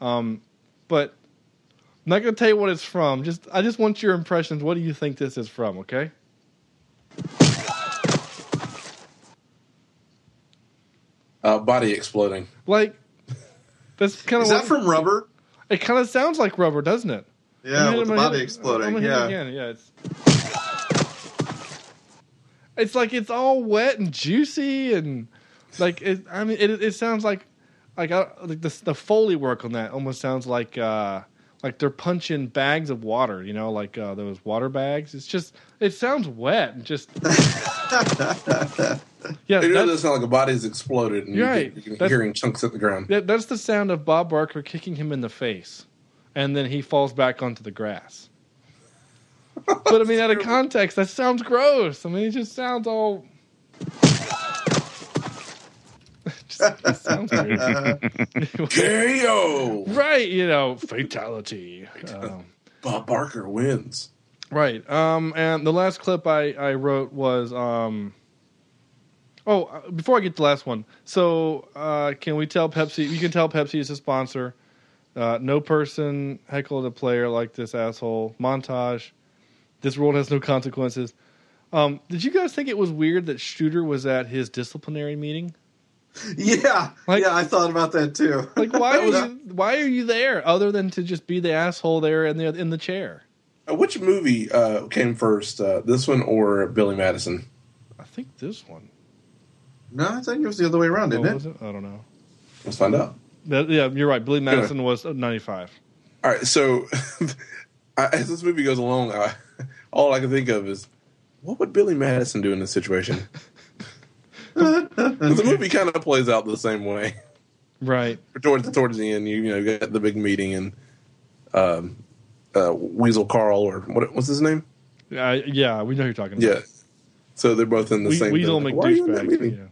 S1: um, but I'm not going to tell you what it's from. Just I just want your impressions. What do you think this is from? Okay.
S6: uh, body exploding. Uh,
S1: Like that's kind of
S4: Is that from Rubber?
S1: It kind of sounds like rubber, doesn't it?
S4: Yeah,
S1: I'm gonna hit
S4: with the
S1: him, I'm gonna
S4: body
S1: hit-
S4: exploding,
S1: I'm gonna hit him
S4: yeah.
S1: again, yeah. It's, it's like it's all wet and juicy and like it. I mean, it, it sounds like like, I, like the the foley work on that almost sounds like uh like they're punching bags of water. You know, like uh, those water bags. It's just it sounds wet and just yeah.
S6: it really
S1: that's-
S6: does sound like a body's exploded and
S1: You're
S6: you're,
S1: right.
S6: you're
S1: That's-
S6: hearing chunks at the ground.
S1: That, that's the sound of Bob Barker kicking him in the face, and then he falls back onto the grass. but I mean, out of context, that sounds gross. I mean, it just sounds all. just, it sounds weird.
S6: KO!
S1: Right, you know, fatality. Um,
S6: Bob Barker wins.
S1: Right. Um, and the last clip I, I wrote was um, oh, uh, before I get to the last one. So uh, can we tell Pepsi? You can tell Pepsi is a sponsor. Uh, no person heckled a player like this asshole. Montage. This rule has no consequences. Um, did you guys think it was weird that Shooter was at his disciplinary meeting?
S4: Yeah, yeah, I thought about that too.
S1: Like, why are you, why are you there other than to just be the asshole there in the in the chair?
S6: Uh, which movie uh, came first, uh, this one or Billy Madison?
S1: I think this one.
S4: No, I think it was the other way around,
S1: Oh,
S4: didn't
S1: was
S4: it?
S1: it? I don't know.
S6: Let's find out.
S1: That- yeah, you're right. Billy Madison was 95.
S6: All right, so I, as this movie goes along, I, all I can think of is what would Billy Madison do in this situation? the movie kind of plays out the same way.
S1: Right.
S6: Towards towards the end, you, you know, you got the big meeting and um, uh, Weasel Carl or what was his name?
S1: Uh, yeah, we know who you're talking about.
S6: Yeah. So they're both in the
S1: We-
S6: same.
S1: Weasel
S6: building. Why are you in that
S1: McDouchebag,
S6: meeting?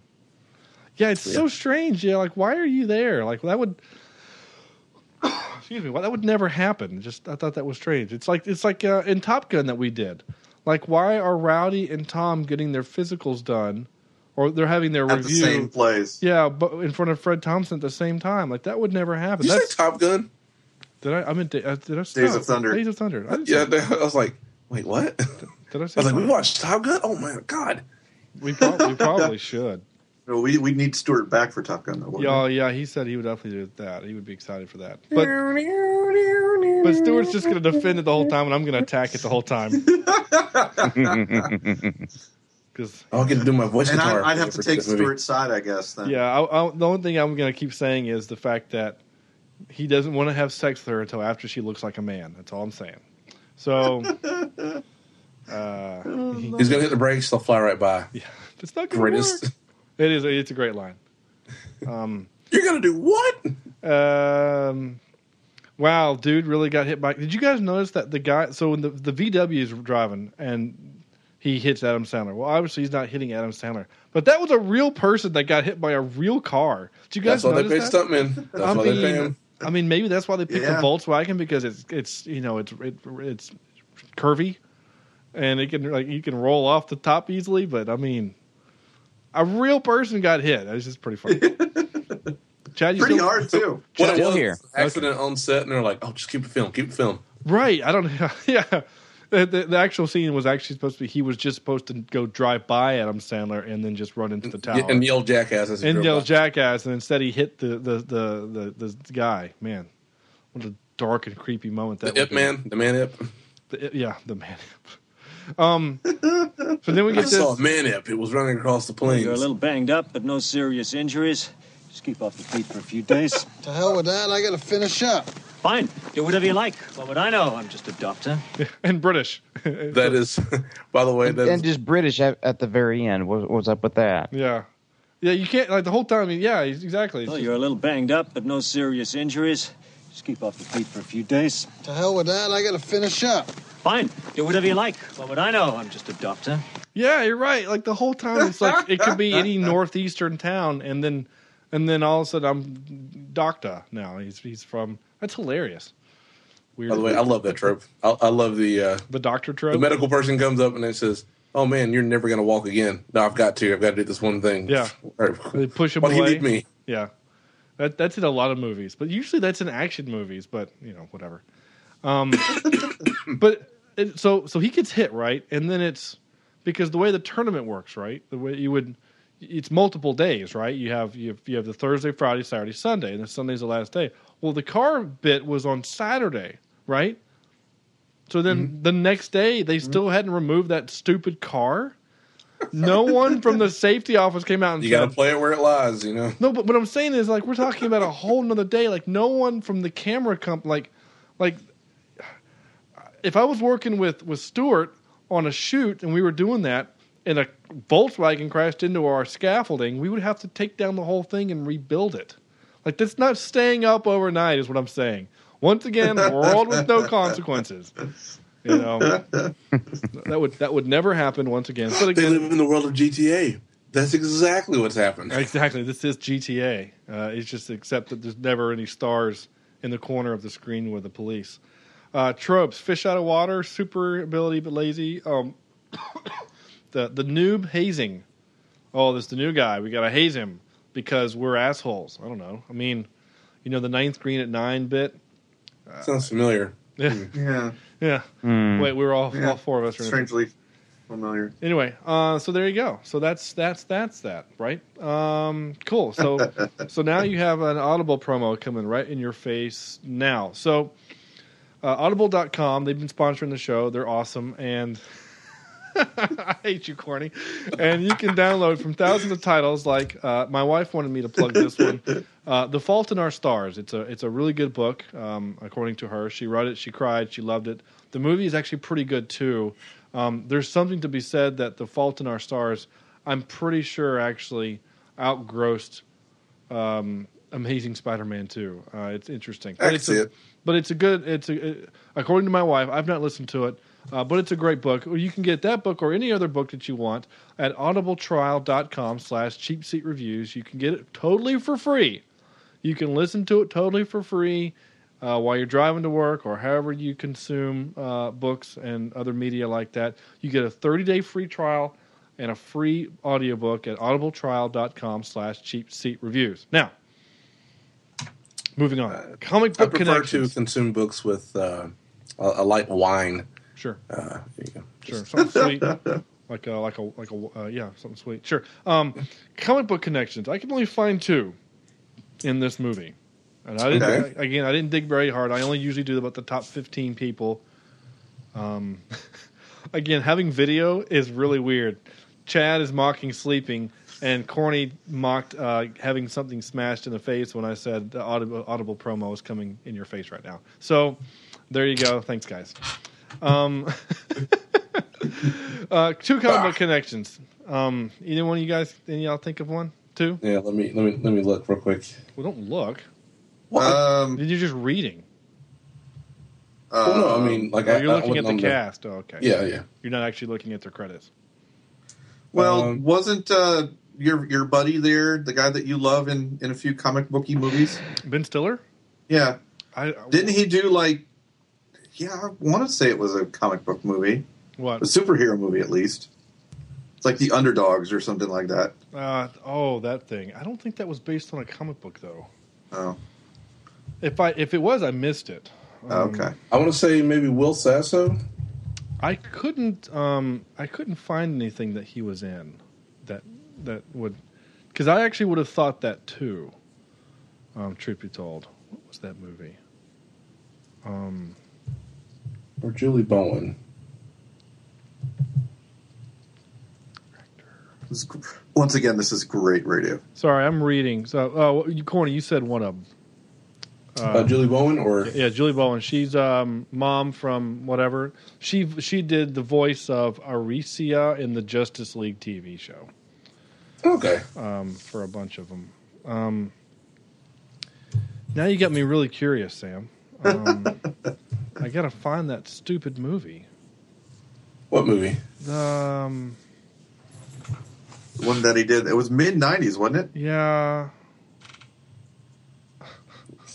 S1: yeah. Yeah, it's so strange. Yeah, like why are you there? Like that would excuse me. Well, that would never happen. Just I thought that was strange. It's like it's like uh, in Top Gun that we did. Like why are Rowdy and Tom getting their physicals done, or they're having their
S4: At the
S1: review?
S4: same place.
S1: Yeah, but in front of Fred Thompson at the same time. Like that would never happen.
S6: Did you
S1: That's
S6: say Top Gun?
S1: did I? I meant Da- uh, did I?
S4: Days
S1: no,
S4: of Thunder.
S1: Days of Thunder. I didn't say-
S6: Yeah, I was like, wait, what?
S1: did I
S6: I
S1: say?
S6: was like, we
S1: Thunder?
S6: watched Top Gun. Oh my god!
S1: we, prob- we probably should.
S4: No, we we need Stuart back for Top Gun though. wouldn't
S1: Yeah,
S4: we?
S1: oh, yeah, he said he would definitely do that. He would be excited for that. But but Stuart's just going to defend it the whole time, and I'm going to attack it the whole time. Because
S6: I'll get to do my voice
S4: and
S6: guitar.
S4: I, I'd have to
S6: for
S4: take
S6: that movie.
S4: Stuart's side, I guess. Then
S1: yeah, I, I, the only thing I'm going to keep saying is the fact that he doesn't want to have sex with her until after she looks like a man. That's all I'm saying. So uh,
S6: He's gonna hit the brakes. They'll fly right by.
S1: it's not going to work.
S6: Greatest.
S1: It is. It's a great line. Um,
S6: You're gonna do what?
S1: Um, wow, dude, really got hit by. Did you guys notice that the guy? So when the the VW is driving and he hits Adam Sandler. Well, obviously he's not hitting Adam Sandler, but that was a real person that got hit by a real car. Did you guys
S6: That's why they paid
S1: notice that?
S6: stuntmen. That's
S1: I
S6: why they pay
S1: mean,
S6: him.
S1: I mean, maybe that's why they picked
S4: Yeah.
S1: the Volkswagen because it's it's you know it's it, it's curvy and it can like you can roll off the top easily. But I mean, a real person got hit. That was just pretty funny. Chad, you
S4: pretty
S1: still-
S4: hard too.
S6: What it
S5: Still
S6: was
S5: here.
S6: accident on set, and they're like, "Oh, just keep the film. Keep the film."
S1: Right. I don't. Yeah. The, the, the actual scene was actually supposed to be he was just supposed to go drive by Adam Sandler and then just run into the tower
S6: And yell jackass as he
S1: and
S6: drove
S1: yell
S6: by.
S1: jackass and instead he hit the the the the, the guy. Man, what a dark and creepy moment that would
S6: The Ip
S1: be.
S6: Man, the man Ip.
S1: The Ip- yeah, the man. um. So then we
S6: I
S1: get
S6: saw
S1: this.
S6: a man Ip. It was running across the
S12: You're a
S6: plains.
S12: little banged up, but no serious injuries. Just keep off the feet for a few days.
S13: To hell with that. I gotta finish up.
S12: Fine, do whatever you like. What would I know? I'm just a doctor.
S1: And British.
S6: That is, by the way, that
S5: and
S6: is,
S5: just British at, at the very end. What, what's up with that?
S1: yeah. Yeah, you can't like the whole time. Yeah, he's- exactly. It's
S12: Well,
S1: just-
S12: you're a little banged up, but no serious injuries. Just keep off the feet for a few days.
S13: To hell with that. I gotta finish up.
S12: Fine, do whatever you like. What would I know? I'm just a doctor.
S1: Yeah, you're right. Like the whole time, it's like it could be any northeastern town, and then, and then all of a sudden, I'm Doctor now. He's he's from. That's hilarious. Weird.
S6: by the way, I love that trope. I, I love the uh,
S1: the Doctor trope.
S6: the medical person comes up and they says, "Oh man, you're never gonna walk again." No, I've got to. I've got to do this one thing.
S1: Yeah.
S6: All right.
S1: they push him
S6: Why do you
S1: away.
S6: need me?
S1: Yeah, that that's in a lot of movies, but usually that's in action movies. But you know, whatever. Um, but it, so so he gets hit right, and then it's because the way the tournament works, right? The way you would, it's multiple days, right? You have you have, you have the Thursday, Friday, Saturday, Sunday, and then Sunday's the last day. Well, the car bit was on Saturday, right? So then
S6: Mm-hmm.
S1: the next day, they still hadn't removed that stupid car. No one from the safety office came out and
S6: You
S1: said,
S6: got to play it where it lies, you know.
S1: no, but what I'm saying is like we're talking about a whole nother day. Like no one from the camera comp like like if I was working with with Stuart on a shoot and we were doing that and a Volkswagen crashed into our scaffolding, we would have to take down the whole thing and rebuild it. Like that's not staying up overnight is what I'm saying. Once again, world with no consequences. You know. that would that would never happen once again. But
S6: they live in the world of GTA. That's exactly what's happened.
S1: Exactly. This is GTA. Uh, it's just except that there's never any stars in the corner of the screen with the police. Uh, tropes: fish out of water, super ability but lazy. Um, the the noob hazing. Oh, this the new guy. We gotta haze him because we're assholes. I don't know. I mean, you know the ninth green at nine bit.
S6: Sounds familiar.
S1: Yeah.
S4: Yeah.
S1: Yeah.
S4: Hmm.
S1: Wait, we were all
S4: Yeah.
S1: all four of us. Are in it.
S4: strangely familiar.
S1: Anyway, uh, so there you go. So that's that's that's that, right? Um, cool. So so now you have an Audible promo coming right in your face now. So uh, Audible.com, they've been sponsoring the show. They're awesome, and I hate you, corny. And you can download from thousands of titles. Like uh, my wife wanted me to plug this one, uh, "The Fault in Our Stars." It's a it's a really good book, um, according to her. She read it, she cried, she loved it. The movie is actually pretty good too. Um, there's something to be said that "The Fault in Our Stars," I'm pretty sure actually outgrossed um, Amazing Spider-Man 2. Uh, it's interesting.
S6: I can
S1: it's
S6: see
S1: a,
S6: it.
S1: But it's a good. It's a, it- according to my wife. I've not listened to it, uh, but it's a great book. You can get that book or any other book that you want at audibletrial.com/slash cheap seat reviews. You can get it totally for free. You can listen to it totally for free uh, while you're driving to work or however you consume uh, books and other media like that. You get a 30-day free trial and a free audiobook at audibletrial.com slash cheap seat reviews. Now, moving on. Comic
S6: Uh, I
S1: book
S6: prefer to
S1: connections.
S6: consume books with uh, a, a light wine.
S1: Sure.
S6: Uh, there you go.
S1: Sure, something sweet. Like a, like a, like a, uh, yeah, something sweet. Sure. Um, comic book connections. I can only find two in this movie. And I didn't,
S6: Okay.
S1: I- again, I didn't dig very hard. I only usually do about the top 15 people. Um, again, having video is really weird. Chad is mocking sleeping, and Corny mocked uh, having something smashed in the face when I said the audible, audible promo is coming in your face right now. So there you go. Thanks, guys. Um, uh, two comic book connections. Um, either one of you guys, any y'all think of one? Two?
S6: Yeah, let me let me let me look real quick. Uh,
S1: Well, don't look.
S4: Um, uh,
S1: You're just reading.
S6: Well, no, I mean, like
S1: oh,
S6: I,
S1: you're
S6: I
S1: looking at
S6: wasn't
S1: the
S6: on
S1: cast. Oh, okay.
S6: Yeah, yeah.
S1: You're not actually looking at their credits.
S4: Well,
S6: um,
S4: wasn't uh, your your buddy there the guy that you love in in a few comic booky movies?
S1: Ben Stiller.
S4: Yeah,
S1: I
S4: didn't he do like? Yeah, I want to say it was a comic book movie,
S1: What?
S4: a superhero movie at least. It's like the Underdogs or something like that.
S1: Uh, oh, that thing. I don't think that was based on a comic book though.
S4: Oh,
S1: If I if it was, I missed it.
S4: okay.
S6: I want to say maybe Will Sasso.
S1: I couldn't um I couldn't find anything that he was in that that would because I actually would have thought that too. Um, truth be told, what was that movie? Um,
S6: or Julie Bowen.
S4: This is gr- Once again, this is great radio.
S1: sorry, I'm reading. So, oh, you corny. You said one of them.
S6: Uh, Julie Bowen or-
S1: yeah, Julie Bowen. She's um, mom from whatever. She she did the voice of Aricia in the Justice League TV show.
S6: Okay.
S1: Um, for a bunch of them. Um, now you got me really curious, Sam. Um, I gotta find that stupid movie.
S6: What movie?
S1: Um,
S4: The one that he did. It was mid '90s, wasn't
S1: yeah,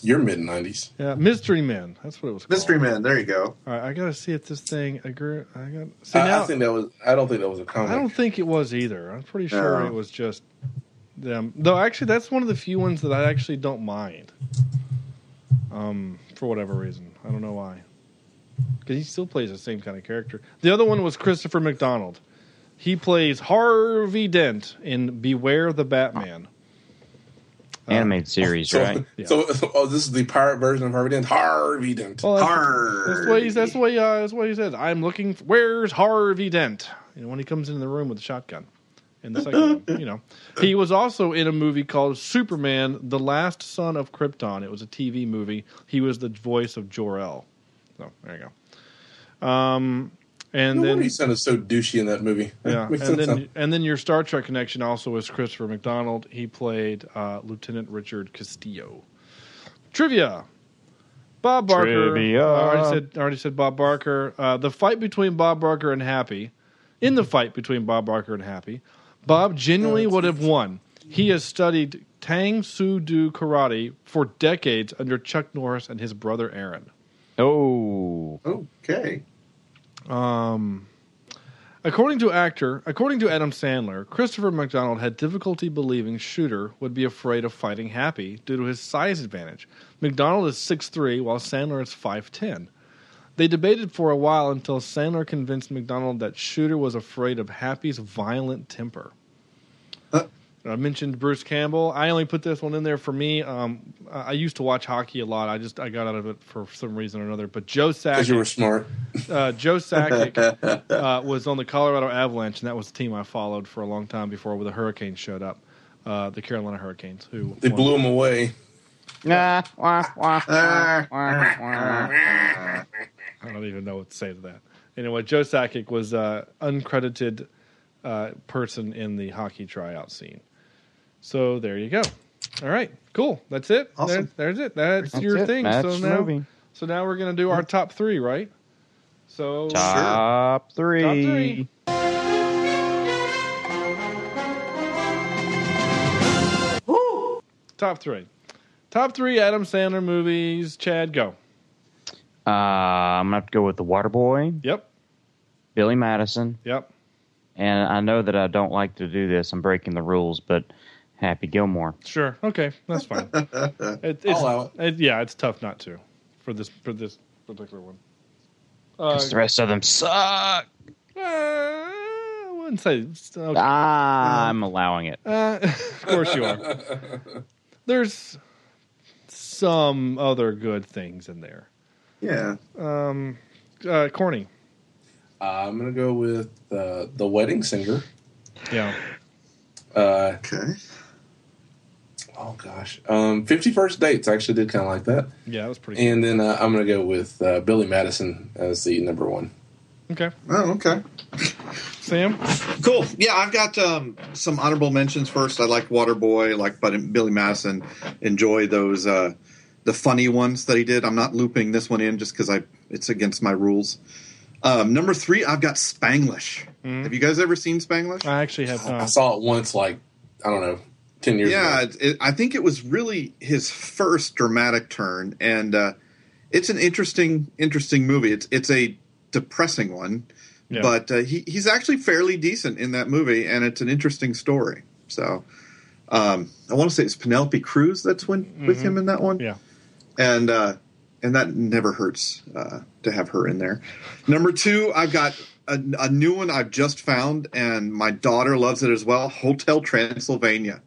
S6: Your mid nineties.
S1: yeah, Mystery Men. That's what it was.
S4: it? Mystery Man. There you go.
S1: All right, I gotta see if this thing. I gr- I got. See,
S6: Uh, I,
S1: now,
S6: I think that was. I don't think that was a comic.
S1: I don't think it was either. I'm pretty sure
S6: No.
S1: it was just them. Though actually, that's one of the few ones that I actually don't mind. Um, for whatever reason, I don't know why. Because he still plays the same kind of character. The other one was Christopher McDonald. He plays Harvey Dent in Beware the Batman.
S5: Animated series,
S6: So,
S5: right?
S6: so, oh, this is the pirate version of Harvey Dent. Harvey Dent.
S1: That's what he, that's what he, uh, that's what he says. I'm looking. For, where's Harvey Dent? You know, when he comes into the room with a shotgun. In the second, one, you know, he was also in a movie called Superman: The Last Son of Krypton. It was a TV movie. He was the voice of Jor El. So there you go. Um, and
S6: No
S1: then
S6: wonder he sounded so douchey in that movie.
S1: yeah,
S6: Makes
S1: and
S6: sense
S1: then and then your Star Trek connection also is Christopher McDonald. He played uh, Lieutenant Richard Castillo. Trivia. Bob Barker.
S5: Trivia.
S1: I already said I already said Bob Barker. Uh, the fight between Bob Barker and Happy. In the fight between Bob Barker and Happy, Bob genuinely would have won. He has studied Tang Soo Do karate for decades under Chuck Norris and his brother Aaron.
S5: Oh.
S6: Okay.
S1: Um, according to actor, according to Adam Sandler, Christopher McDonald had difficulty believing Shooter would be afraid of fighting Happy due to his size advantage. McDonald is 6'3 while Sandler is 5'10. They debated for a while until Sandler convinced McDonald that Shooter was afraid of Happy's violent temper.
S6: Uh.
S1: I mentioned Bruce Campbell. I only put this one in there for me. Um, I I used to watch hockey a lot. I just I got out of it for some reason or another. But Joe Sakic,
S6: Because you were smart.
S1: uh, Joe Sakic uh, was on the Colorado Avalanche, and that was the team I followed for a long time before the Hurricanes showed up, uh, the Carolina Hurricanes, who
S6: They
S1: won.
S6: blew him away.
S5: Nah, Ah, wah, wah,
S1: wah,
S5: wah, wah.
S1: I don't even know what to say to that. Anyway, Joe Sakic was uh, uncredited uh, person in the hockey tryout scene. So there you go. All right, cool. That's it.
S5: Awesome.
S1: There- there's it. That's,
S5: That's
S1: your
S5: it.
S1: thing. so
S5: That's the
S1: now,
S5: movie.
S1: so now we're gonna do our top three, right? So
S5: Top three.
S1: Top three. Top three. Top three Adam Sandler movies. Chad, go.
S5: Uh, I'm gonna have to go with the Waterboy.
S1: Yep.
S5: Billy Madison.
S1: Yep.
S5: And I know that I don't like to do this. I'm breaking the rules, but Happy Gilmore.
S1: Sure. Okay, that's fine. it, it's,
S6: allow
S1: it- yeah, it's tough not to for this for this particular one. Uh,
S5: 'Cause the rest of them suck.
S1: I wouldn't say. okay.
S5: Ah, I'm allowing it.
S1: Uh, of course you are. There's some other good things in there.
S6: Yeah.
S1: Um, uh, corny.
S6: I'm going to go with uh, The Wedding Singer.
S1: Yeah.
S6: Uh, okay. Oh, gosh. Um, 51st Dates. I actually did kind of like that.
S1: Yeah, that was pretty.
S6: And then uh, I'm going to go with uh, Billy Madison as the number one.
S1: Okay.
S4: Oh, okay.
S1: Sam?
S4: Cool. Yeah, I've got um, some honorable mentions first. I like Waterboy, I like Bud- Billy Madison. Enjoy those uh, the funny ones that he did. I'm not looping this one in just because I it's against my rules. Um, number three, I've got Spanglish.
S1: Hmm.
S4: Have you guys ever seen Spanglish?
S1: I actually have uh,
S6: I saw it once, like, I don't know, 10 years ago.
S4: yeah, it, it, I think it was really his first dramatic turn, and uh, it's an interesting, interesting movie. It's it's a depressing one,
S1: Yeah.
S4: but uh, he he's actually fairly decent in that movie, and it's an interesting story. So, um, I want to say it's Penelope Cruz that's when, with him in that one.
S1: Mm-hmm. Yeah,
S4: and uh, and that never hurts uh, to have her in there. Number two, I've got a, a new one I've just found, and my daughter loves it as well. Hotel Transylvania.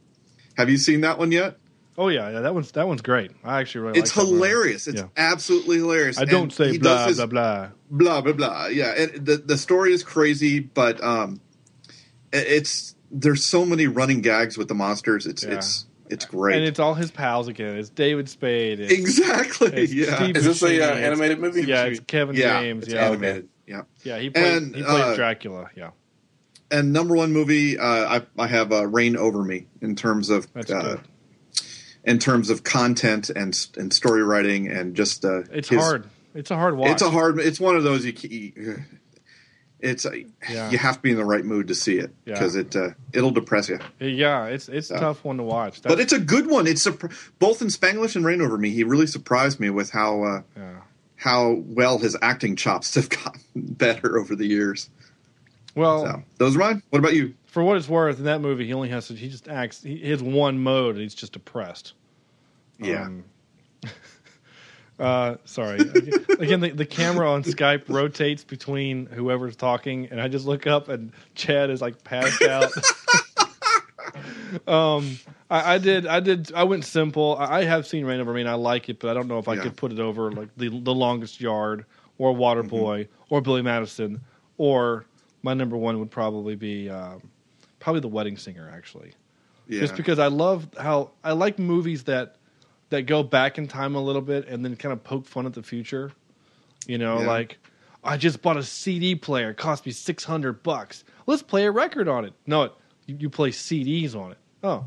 S4: Have you seen that one yet?
S1: Oh yeah, yeah. That one's that one's great. I actually really.
S4: it's
S1: like that movie.
S4: hilarious. It's
S1: Yeah.
S4: absolutely hilarious.
S1: I don't
S4: And
S1: say
S4: he
S1: blah
S4: does
S1: blah
S4: his-
S1: blah.
S4: blah blah blah. Yeah, and the the story is crazy, but um, it- it's there's so many running gags with the monsters. It's
S1: Yeah.
S4: it's it's great.
S1: And it's all his pals again. It's David Spade. It's,
S4: exactly.
S1: it's
S4: yeah.
S1: Steve
S6: Is this a,
S1: Buscemi,
S6: uh,
S1: it's-
S6: animated movie?
S1: Yeah, it's Kevin
S4: Yeah,
S1: James.
S4: it's
S1: yeah,
S4: animated. Yeah.
S1: Yeah, he plays
S4: And,
S1: he plays
S4: uh,
S1: Dracula. Yeah,
S4: and number one movie, uh, I, I have uh, "Rain Over Me" in terms of
S1: That's
S4: uh,
S1: good.
S4: in terms of content and and story writing and just uh,
S1: it's
S4: his-
S1: hard. It's a hard watch.
S4: It's a hard. It's one of those you. ca- you it's a,
S1: Yeah.
S4: you have to be in the right mood to see it
S1: Yeah.
S4: because it uh, it'll depress you.
S1: Yeah, it's it's a
S4: Yeah.
S1: tough one to watch.
S4: but it's a good one. It's surpr both in Spanglish and Rain Over Me. He really surprised me with how uh,
S1: Yeah.
S4: how well his acting chops have gotten better over the years.
S1: well
S4: Those are mine. What about you?
S1: for what it's worth. In that movie, he only has to, he just acts he, his one mode, and he's just depressed.
S4: Yeah.
S1: Um, uh, sorry. Again, again, the, the camera on Skype rotates between whoever's talking, and I just look up, and Chad is like passed out. um, I, I did. I did. I went simple. I, I have seen Rain Over Me, and I like it, but I don't know if I
S14: Yeah.
S1: could put it over like the the longest yard or Waterboy or Billy Madison or my number one would probably be um, probably The Wedding Singer, actually.
S14: Yeah.
S1: Just because I love how I like movies that that go back in time a little bit and then kind of poke fun at the future. You know,
S14: Yeah.
S1: like I just bought a CD player, it cost me six hundred bucks. Let's play a record on it. No, it, you, you play CDs on it. Oh,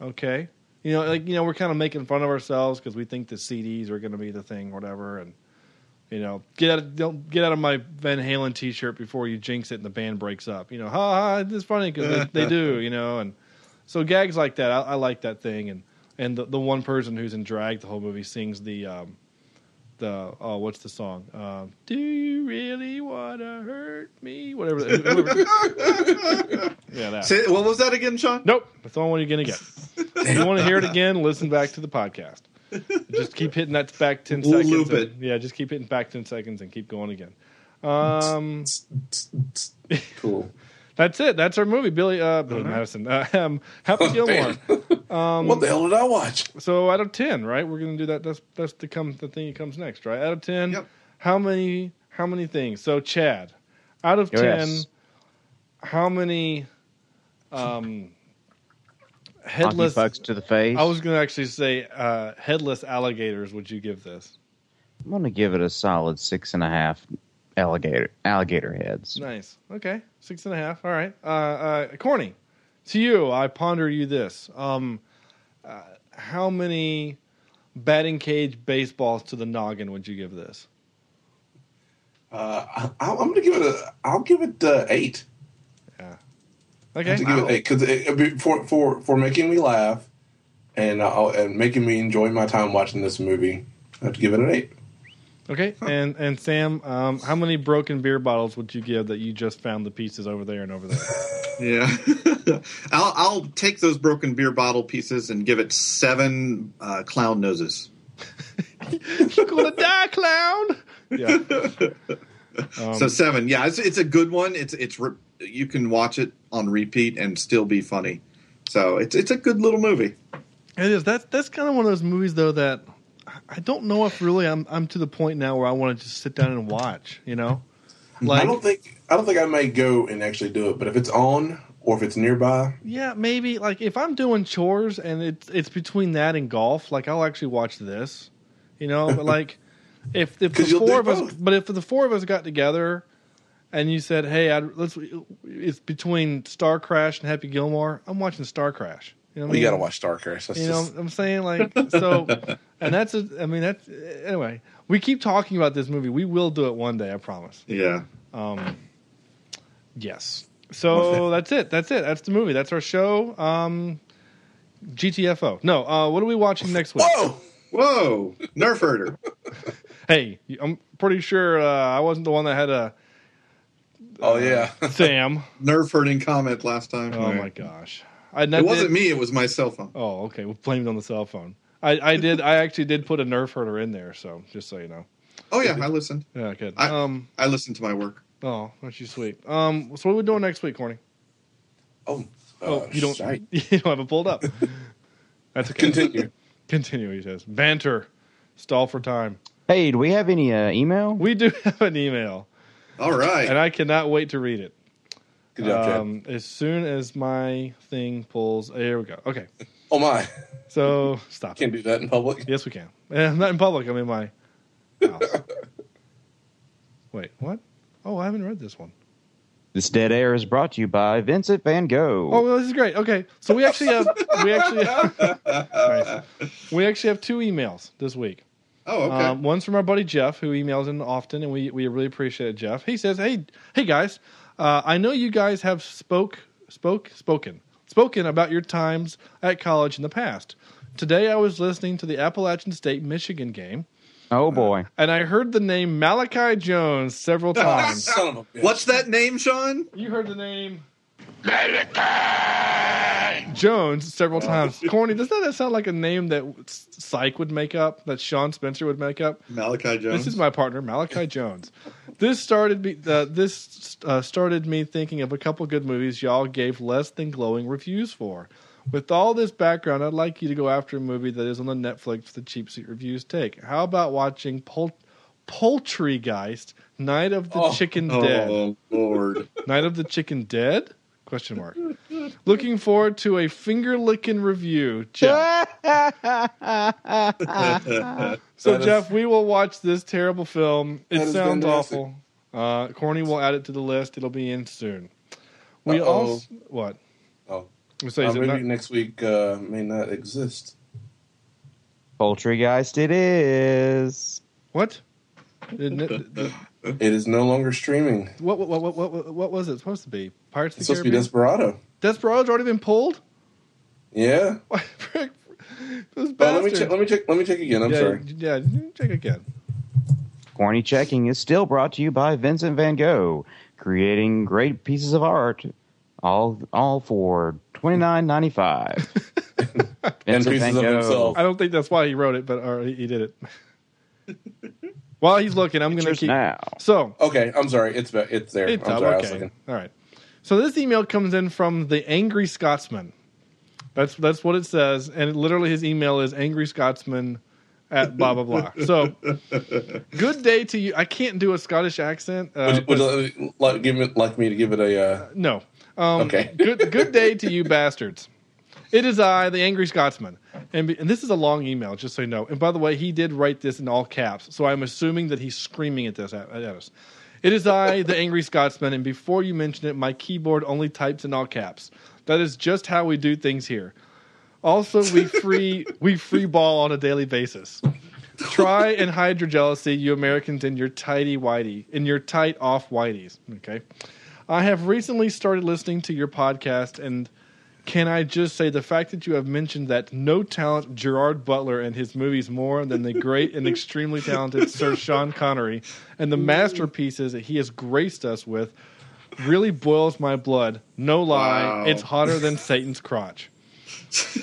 S1: okay. You know, like you know, we're kind of making fun of ourselves because we think the CDs are going to be the thing, whatever. And you know, get out of, don't get out of my Van Halen T-shirt before you jinx it and the band breaks up. You know, ha ha, it's funny because they, they do. You know, and so gags like that, I, I like that thing. And and the, the one person who's in drag the whole movie sings the um, the oh, what's the song? Um, Do you really wanna hurt me? Whatever. whoever- yeah, that.
S4: Say- what was that again, Sean?
S1: Nope, that's the only one you're gonna get. if you want to hear it again, listen back to the podcast. Just keep hitting that back 10
S4: We'll
S1: seconds.
S4: loop
S1: and- yeah, just keep hitting back ten seconds and keep going again. Um,
S6: cool.
S1: That's it. That's our movie, Billy uh, Billy
S4: Uh-huh.
S1: Madison. Uh, um, Happy Gilmore.
S4: Oh,
S1: Um,
S6: What the hell did I watch?
S1: So out of ten, right? We're gonna do that. That's that's the come the thing that comes next, right? Out of ten, how many how many things? So Chad, out of
S5: Yes.
S1: ten, how many um, headless?
S5: fucks to the face.
S1: I was gonna actually say uh, headless alligators. Would you give this?
S5: I'm gonna give it a solid six and a half alligator alligator heads.
S1: Nice. Okay. Six and a half. All right. Uh, uh, corny. To you, I ponder you this. Um, uh, how many batting cage baseballs to the noggin would you give this?
S6: Uh, I, I'm going to give it a. I'll give it uh, eight.
S1: Okay.
S6: To give it eight because for for for making me laugh and uh, and making me enjoy my time watching this movie, I have to give it an eight.
S1: Okay. And and Sam, um, how many broken beer bottles would you give that you just found the pieces over there and over there?
S4: Yeah, I'll I'll take those broken beer bottle pieces and give it seven uh, clown noses.
S1: You're gonna die, clown. Yeah. Um,
S4: so seven. Yeah, it's it's a good one. It's it's re- you can watch it on repeat and still be funny. So it's it's a good little movie.
S1: It is. That's that's kind of one of those movies though that I- I don't know if really I'm I'm to the point now where I want to just sit down and watch. You know,
S6: I don't think I don't think I may go and actually do it, but if it's on or if it's nearby,
S1: Yeah, maybe like if I'm doing chores and it's it's between that and golf, like I'll actually watch this, you know. But like if if the
S14: 'Cause you'll do
S1: four of us, but if the four of us got together and you said, "Hey, I'd, let's," it's between Star Crash and Happy Gilmore. I'm watching Star Crash. You know, what I
S6: well, you
S1: mean?
S6: got to watch Star Crash. That's
S1: you know,
S6: just,
S1: what I'm saying like so, and that's a, I mean that's anyway. We keep talking about this movie. We will do it one day. I promise.
S4: Yeah.
S1: Um, yes. So that's it. That's it. That's the movie. That's our show. Um, GTFO. No. Uh, what are we watching next week? Whoa!
S4: Whoa! Nerf herder.
S1: hey, I'm pretty sure uh, I wasn't the one that had a.
S6: Oh yeah,
S1: Sam.
S4: Nerf hurting comment last time.
S1: Oh, my gosh. I-
S4: it wasn't me. It was my cell phone.
S1: Oh, okay. We'll blame it on the cell phone. I, I did. I actually did put a nerf herder in there. So just so you know.
S4: Oh yeah, I listened.
S1: Yeah, good.
S4: I,
S1: um,
S4: I listened to my work.
S1: Oh, aren't you sweet? Um, so what are we doing next week, Corny?
S6: Oh,
S1: oh,
S6: uh,
S1: you don't.
S6: shite.
S1: You don't have it pulled up. That's okay.
S6: Continue.
S1: Continue. He says banter, stall for time.
S5: Hey, do we have any uh, email?
S1: We do have an email.
S4: All right.
S1: And I cannot wait to read it.
S6: Good job, Chad.
S1: um, as soon as my thing pulls, eh, here we go. Okay.
S6: Oh my.
S1: So stop.
S6: Can't do that in public.
S1: Yes, we can. Eh, not in public. I'm in my house. wait, what? Oh, I haven't read this one.
S5: This dead air is brought to you by Vincent Van Gogh.
S1: Oh, well, this is great. Okay, so we actually have we actually Nice. we actually have two emails this week.
S4: Oh, okay.
S1: Um, one's from our buddy Jeff, who emails in often, and we we really appreciate it. Jeff, he says, "Hey, hey guys, uh, I know you guys have spoke spoke spoken spoken about your times at college in the past. Today, I was listening to the Appalachian State Michigan game,
S5: Oh boy.
S1: and I heard the name Malachi Jones several times.
S6: Son of a bitch.
S4: What's that name, Sean?
S1: You heard the name. Jones several
S4: Oh.
S1: times. Corny, doesn't that sound like a name that Psych would make up, that Sean Spencer would make up?
S4: Malachi Jones.
S1: This is my partner, Malachi Jones. This started me. Uh, this uh, started me thinking of a couple good movies y'all gave less than glowing reviews for. With all this background, I'd like you to go after a movie that is on the Netflix the cheap seat reviews take. How about watching Pol- Poultrygeist: Night of the Chicken Dead?
S4: Oh, Lord.
S1: Night of the Chicken Dead? Question mark. Looking forward to a finger licking review, Jeff. so
S3: That is-
S1: Jeff, we will watch this terrible film. It
S3: That is
S1: sounds
S3: fantastic.
S1: awful. Uh, Corny will add it to the list. It'll be in soon. We
S6: Uh-oh.
S1: also what?
S6: Oh,
S1: So is
S6: Uh,
S1: it
S6: maybe
S1: not-
S6: next week uh, may not exist.
S5: Poultrygeist it is.
S1: What? Didn't it-
S6: It is no longer streaming.
S1: What what what what what, what was it supposed to be? Pirates of
S6: It's
S1: the
S6: supposed to be
S1: Caribbean.
S6: Desperado.
S1: Desperado's already been pulled.
S6: Yeah.
S1: Those
S6: Oh, let me
S1: bastards.
S6: check. Let me check. Let me check again. I'm
S1: yeah,
S6: sorry.
S1: Yeah, check again.
S5: Corny Checking is still brought to you by Vincent van Gogh, creating great pieces of art, all all for twenty nine ninety five.
S1: I don't think that's why he wrote it, but or he he did it. While he's looking, I'm going to
S6: Pictures
S1: keep.
S6: now. Oh,
S1: So
S6: Okay, I'm sorry. It's ba- it's there.
S1: It's
S6: I'm
S1: up,
S6: sorry. I was
S1: okay.
S6: looking.
S1: All right. So this email comes in from the Angry Scotsman. That's that's what it says, and it, literally his email is Angry Scotsman at blah blah blah. So good day to you. I can't do a Scottish accent. uh,
S6: would you, would you like, like- give me, like me to give it a? Uh,
S1: No. Um,
S6: Okay.
S1: good good day to you bastards. It is I, the angry Scotsman, and, be- and this is a long email, just so you know. And by the way, he did write this in all caps, so I'm assuming that he's screaming at this at, at us. It is I, the angry Scotsman, and before you mention it, my keyboard only types in all caps. That is just how we do things here. Also, we free we free ball on a daily basis. Try and hide your jealousy, you Americans, in your tidy whitey, in your tight off whiteys. Okay. I have recently started listening to your podcast, and can I just say the fact that you have mentioned that no talent Gerard Butler and his movies more than the great and extremely talented Sir Sean Connery and the masterpieces that he has graced us with really boils my blood. No lie,
S4: Wow.
S1: it's hotter than Satan's crotch.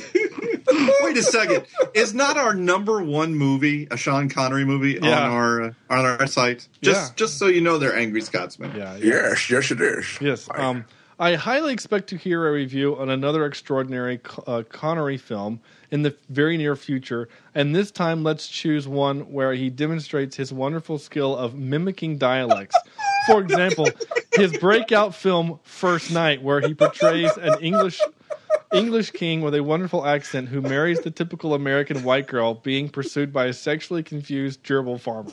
S4: Wait a second. Is not our number one movie a Sean Connery movie
S1: Yeah.
S4: on our uh, on our site? Just just so you know, they're angry Scotsmen.
S1: Yeah.
S6: Yes, yes, it is.
S1: Yes. Um, I highly expect to hear a review on another extraordinary Co- uh, Connery film in the very near future, and this time let's choose one where he demonstrates his wonderful skill of mimicking dialects. For example, his breakout film First Night, where he portrays an English English king with a wonderful accent who marries the typical American white girl being pursued by a sexually confused gerbil farmer.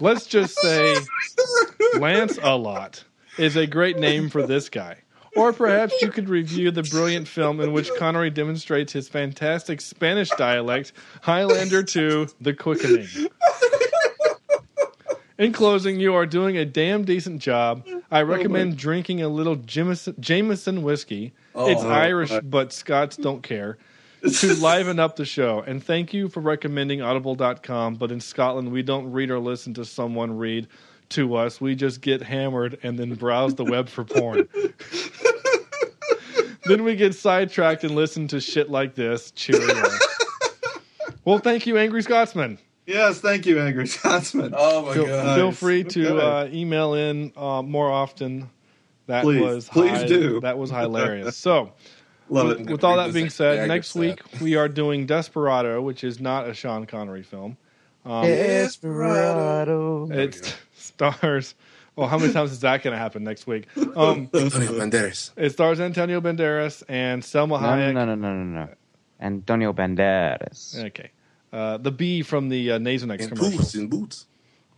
S1: Let's just say Lance a lot is a great name for this guy. Or perhaps you could review the brilliant film in which Connery demonstrates his fantastic Spanish dialect, Highlander 2 The Quickening. In closing, you are doing a damn decent job. I recommend drinking a little Jameson, Jameson whiskey.
S3: Oh,
S1: it's
S3: my
S1: Irish,
S4: uh,
S3: God.
S1: but Scots don't care. To liven up the show. And thank you for recommending audible.com. But in Scotland, we don't read or listen to someone read to us. We just get hammered and then browse the web for porn. then we get sidetracked and listen to shit like this. Cheerio. well, thank you, Angry Scotsman.
S4: Yes, thank you, Angry Scotsman.
S6: Oh my
S1: feel,
S6: god!
S1: feel free to
S4: Okay.
S1: uh, email in uh, more often. That
S4: Please.
S1: was
S4: Please
S1: hi-
S4: do.
S1: That was hilarious. So,
S4: Love
S1: with,
S4: it.
S1: with all that
S4: Revisit
S1: being said,
S4: the Agatha.
S1: next week we are doing Desperado, which is not a Sean Connery film. Um,
S5: Desperado.
S1: It stars. Well, how many times is that going to happen next week? Um,
S6: Antonio Banderas.
S1: It stars Antonio Banderas and Selma
S5: No,
S1: Hayek.
S5: no, no, no, no, no. Antonio Banderas.
S1: Okay. Uh, the bee from the uh, Nasonex commercial.
S6: boots, in boots.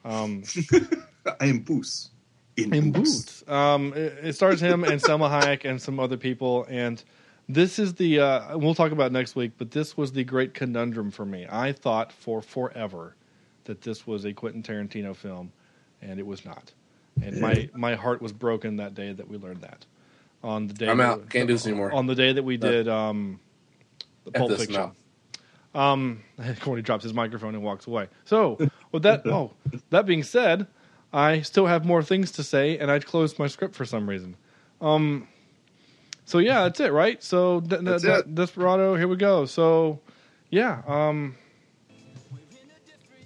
S1: Um,
S4: I am boots. In,
S1: boots. Um, it, it stars him and Selma Hayek and some other people. And this is the, uh, we'll talk about it next week, but this was the great conundrum for me. I thought for forever that this was a Quentin Tarantino film, and it was not. And my, my heart was broken that day that we learned that. On the day
S6: I'm
S1: that-
S6: out. Can't do this anymore.
S1: On the day that we
S6: No.
S1: did um, the
S6: At
S1: Pulp
S6: this
S1: Fiction.
S6: mouth.
S1: Um, Corny drops his microphone and walks away. So, with that, oh, that being said, I still have more things to say, and I closed my script for some reason. Um, so yeah, that's it, right? So, d-
S3: That's
S1: d-
S3: it.
S1: Desperado, here we go. So, yeah, um,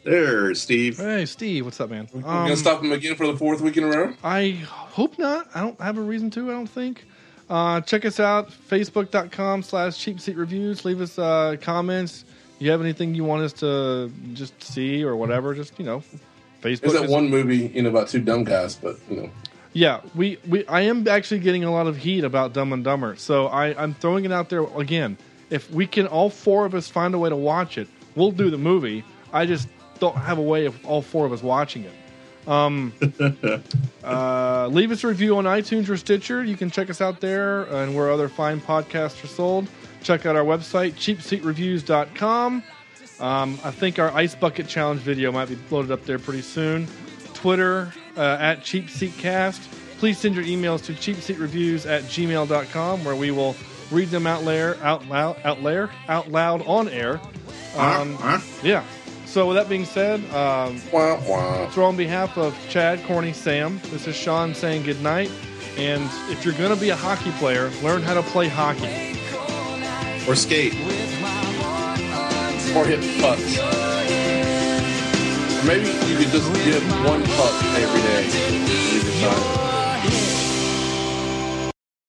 S4: There, Steve.
S1: Hey, Steve, what's up, man? Um,
S6: We're gonna stop him again for the fourth week in a row.
S1: I hope not. I don't have a reason to. I don't think. Uh, check us out, facebook.com slash cheap seat reviews. Leave us uh, comments. You have anything you want us to just see or whatever, just, you know, Facebook.
S6: There's that
S1: is-
S6: one movie, you know, about two dumb guys, but you know,
S1: Yeah, we, we I am actually getting a lot of heat about Dumb and Dumber, so I, I'm throwing it out there again. If we can all four of us find a way to watch it, we'll do the movie. I just don't have a way of all four of us watching it. Um, uh, leave us a review on iTunes or Stitcher. You can check us out there and where other fine podcasts are sold. Check out our website, cheapseatreviews.com. Um, I think our Ice Bucket Challenge video might be loaded up there pretty soon. Twitter uh, at CheapSeatCast. Please send your emails to cheapseatreviews at gmail.com where we will read them out, lair, out, loud, out, lair, out loud on air. Um, Yeah. So with that being said, um, so on behalf of Chad, Corny, Sam, this is Sean saying good night. And if you're going to be a hockey player, learn how to play hockey.
S4: Or skate.
S6: or hit pucks. Or maybe you could just give one puck every day. Leave it time.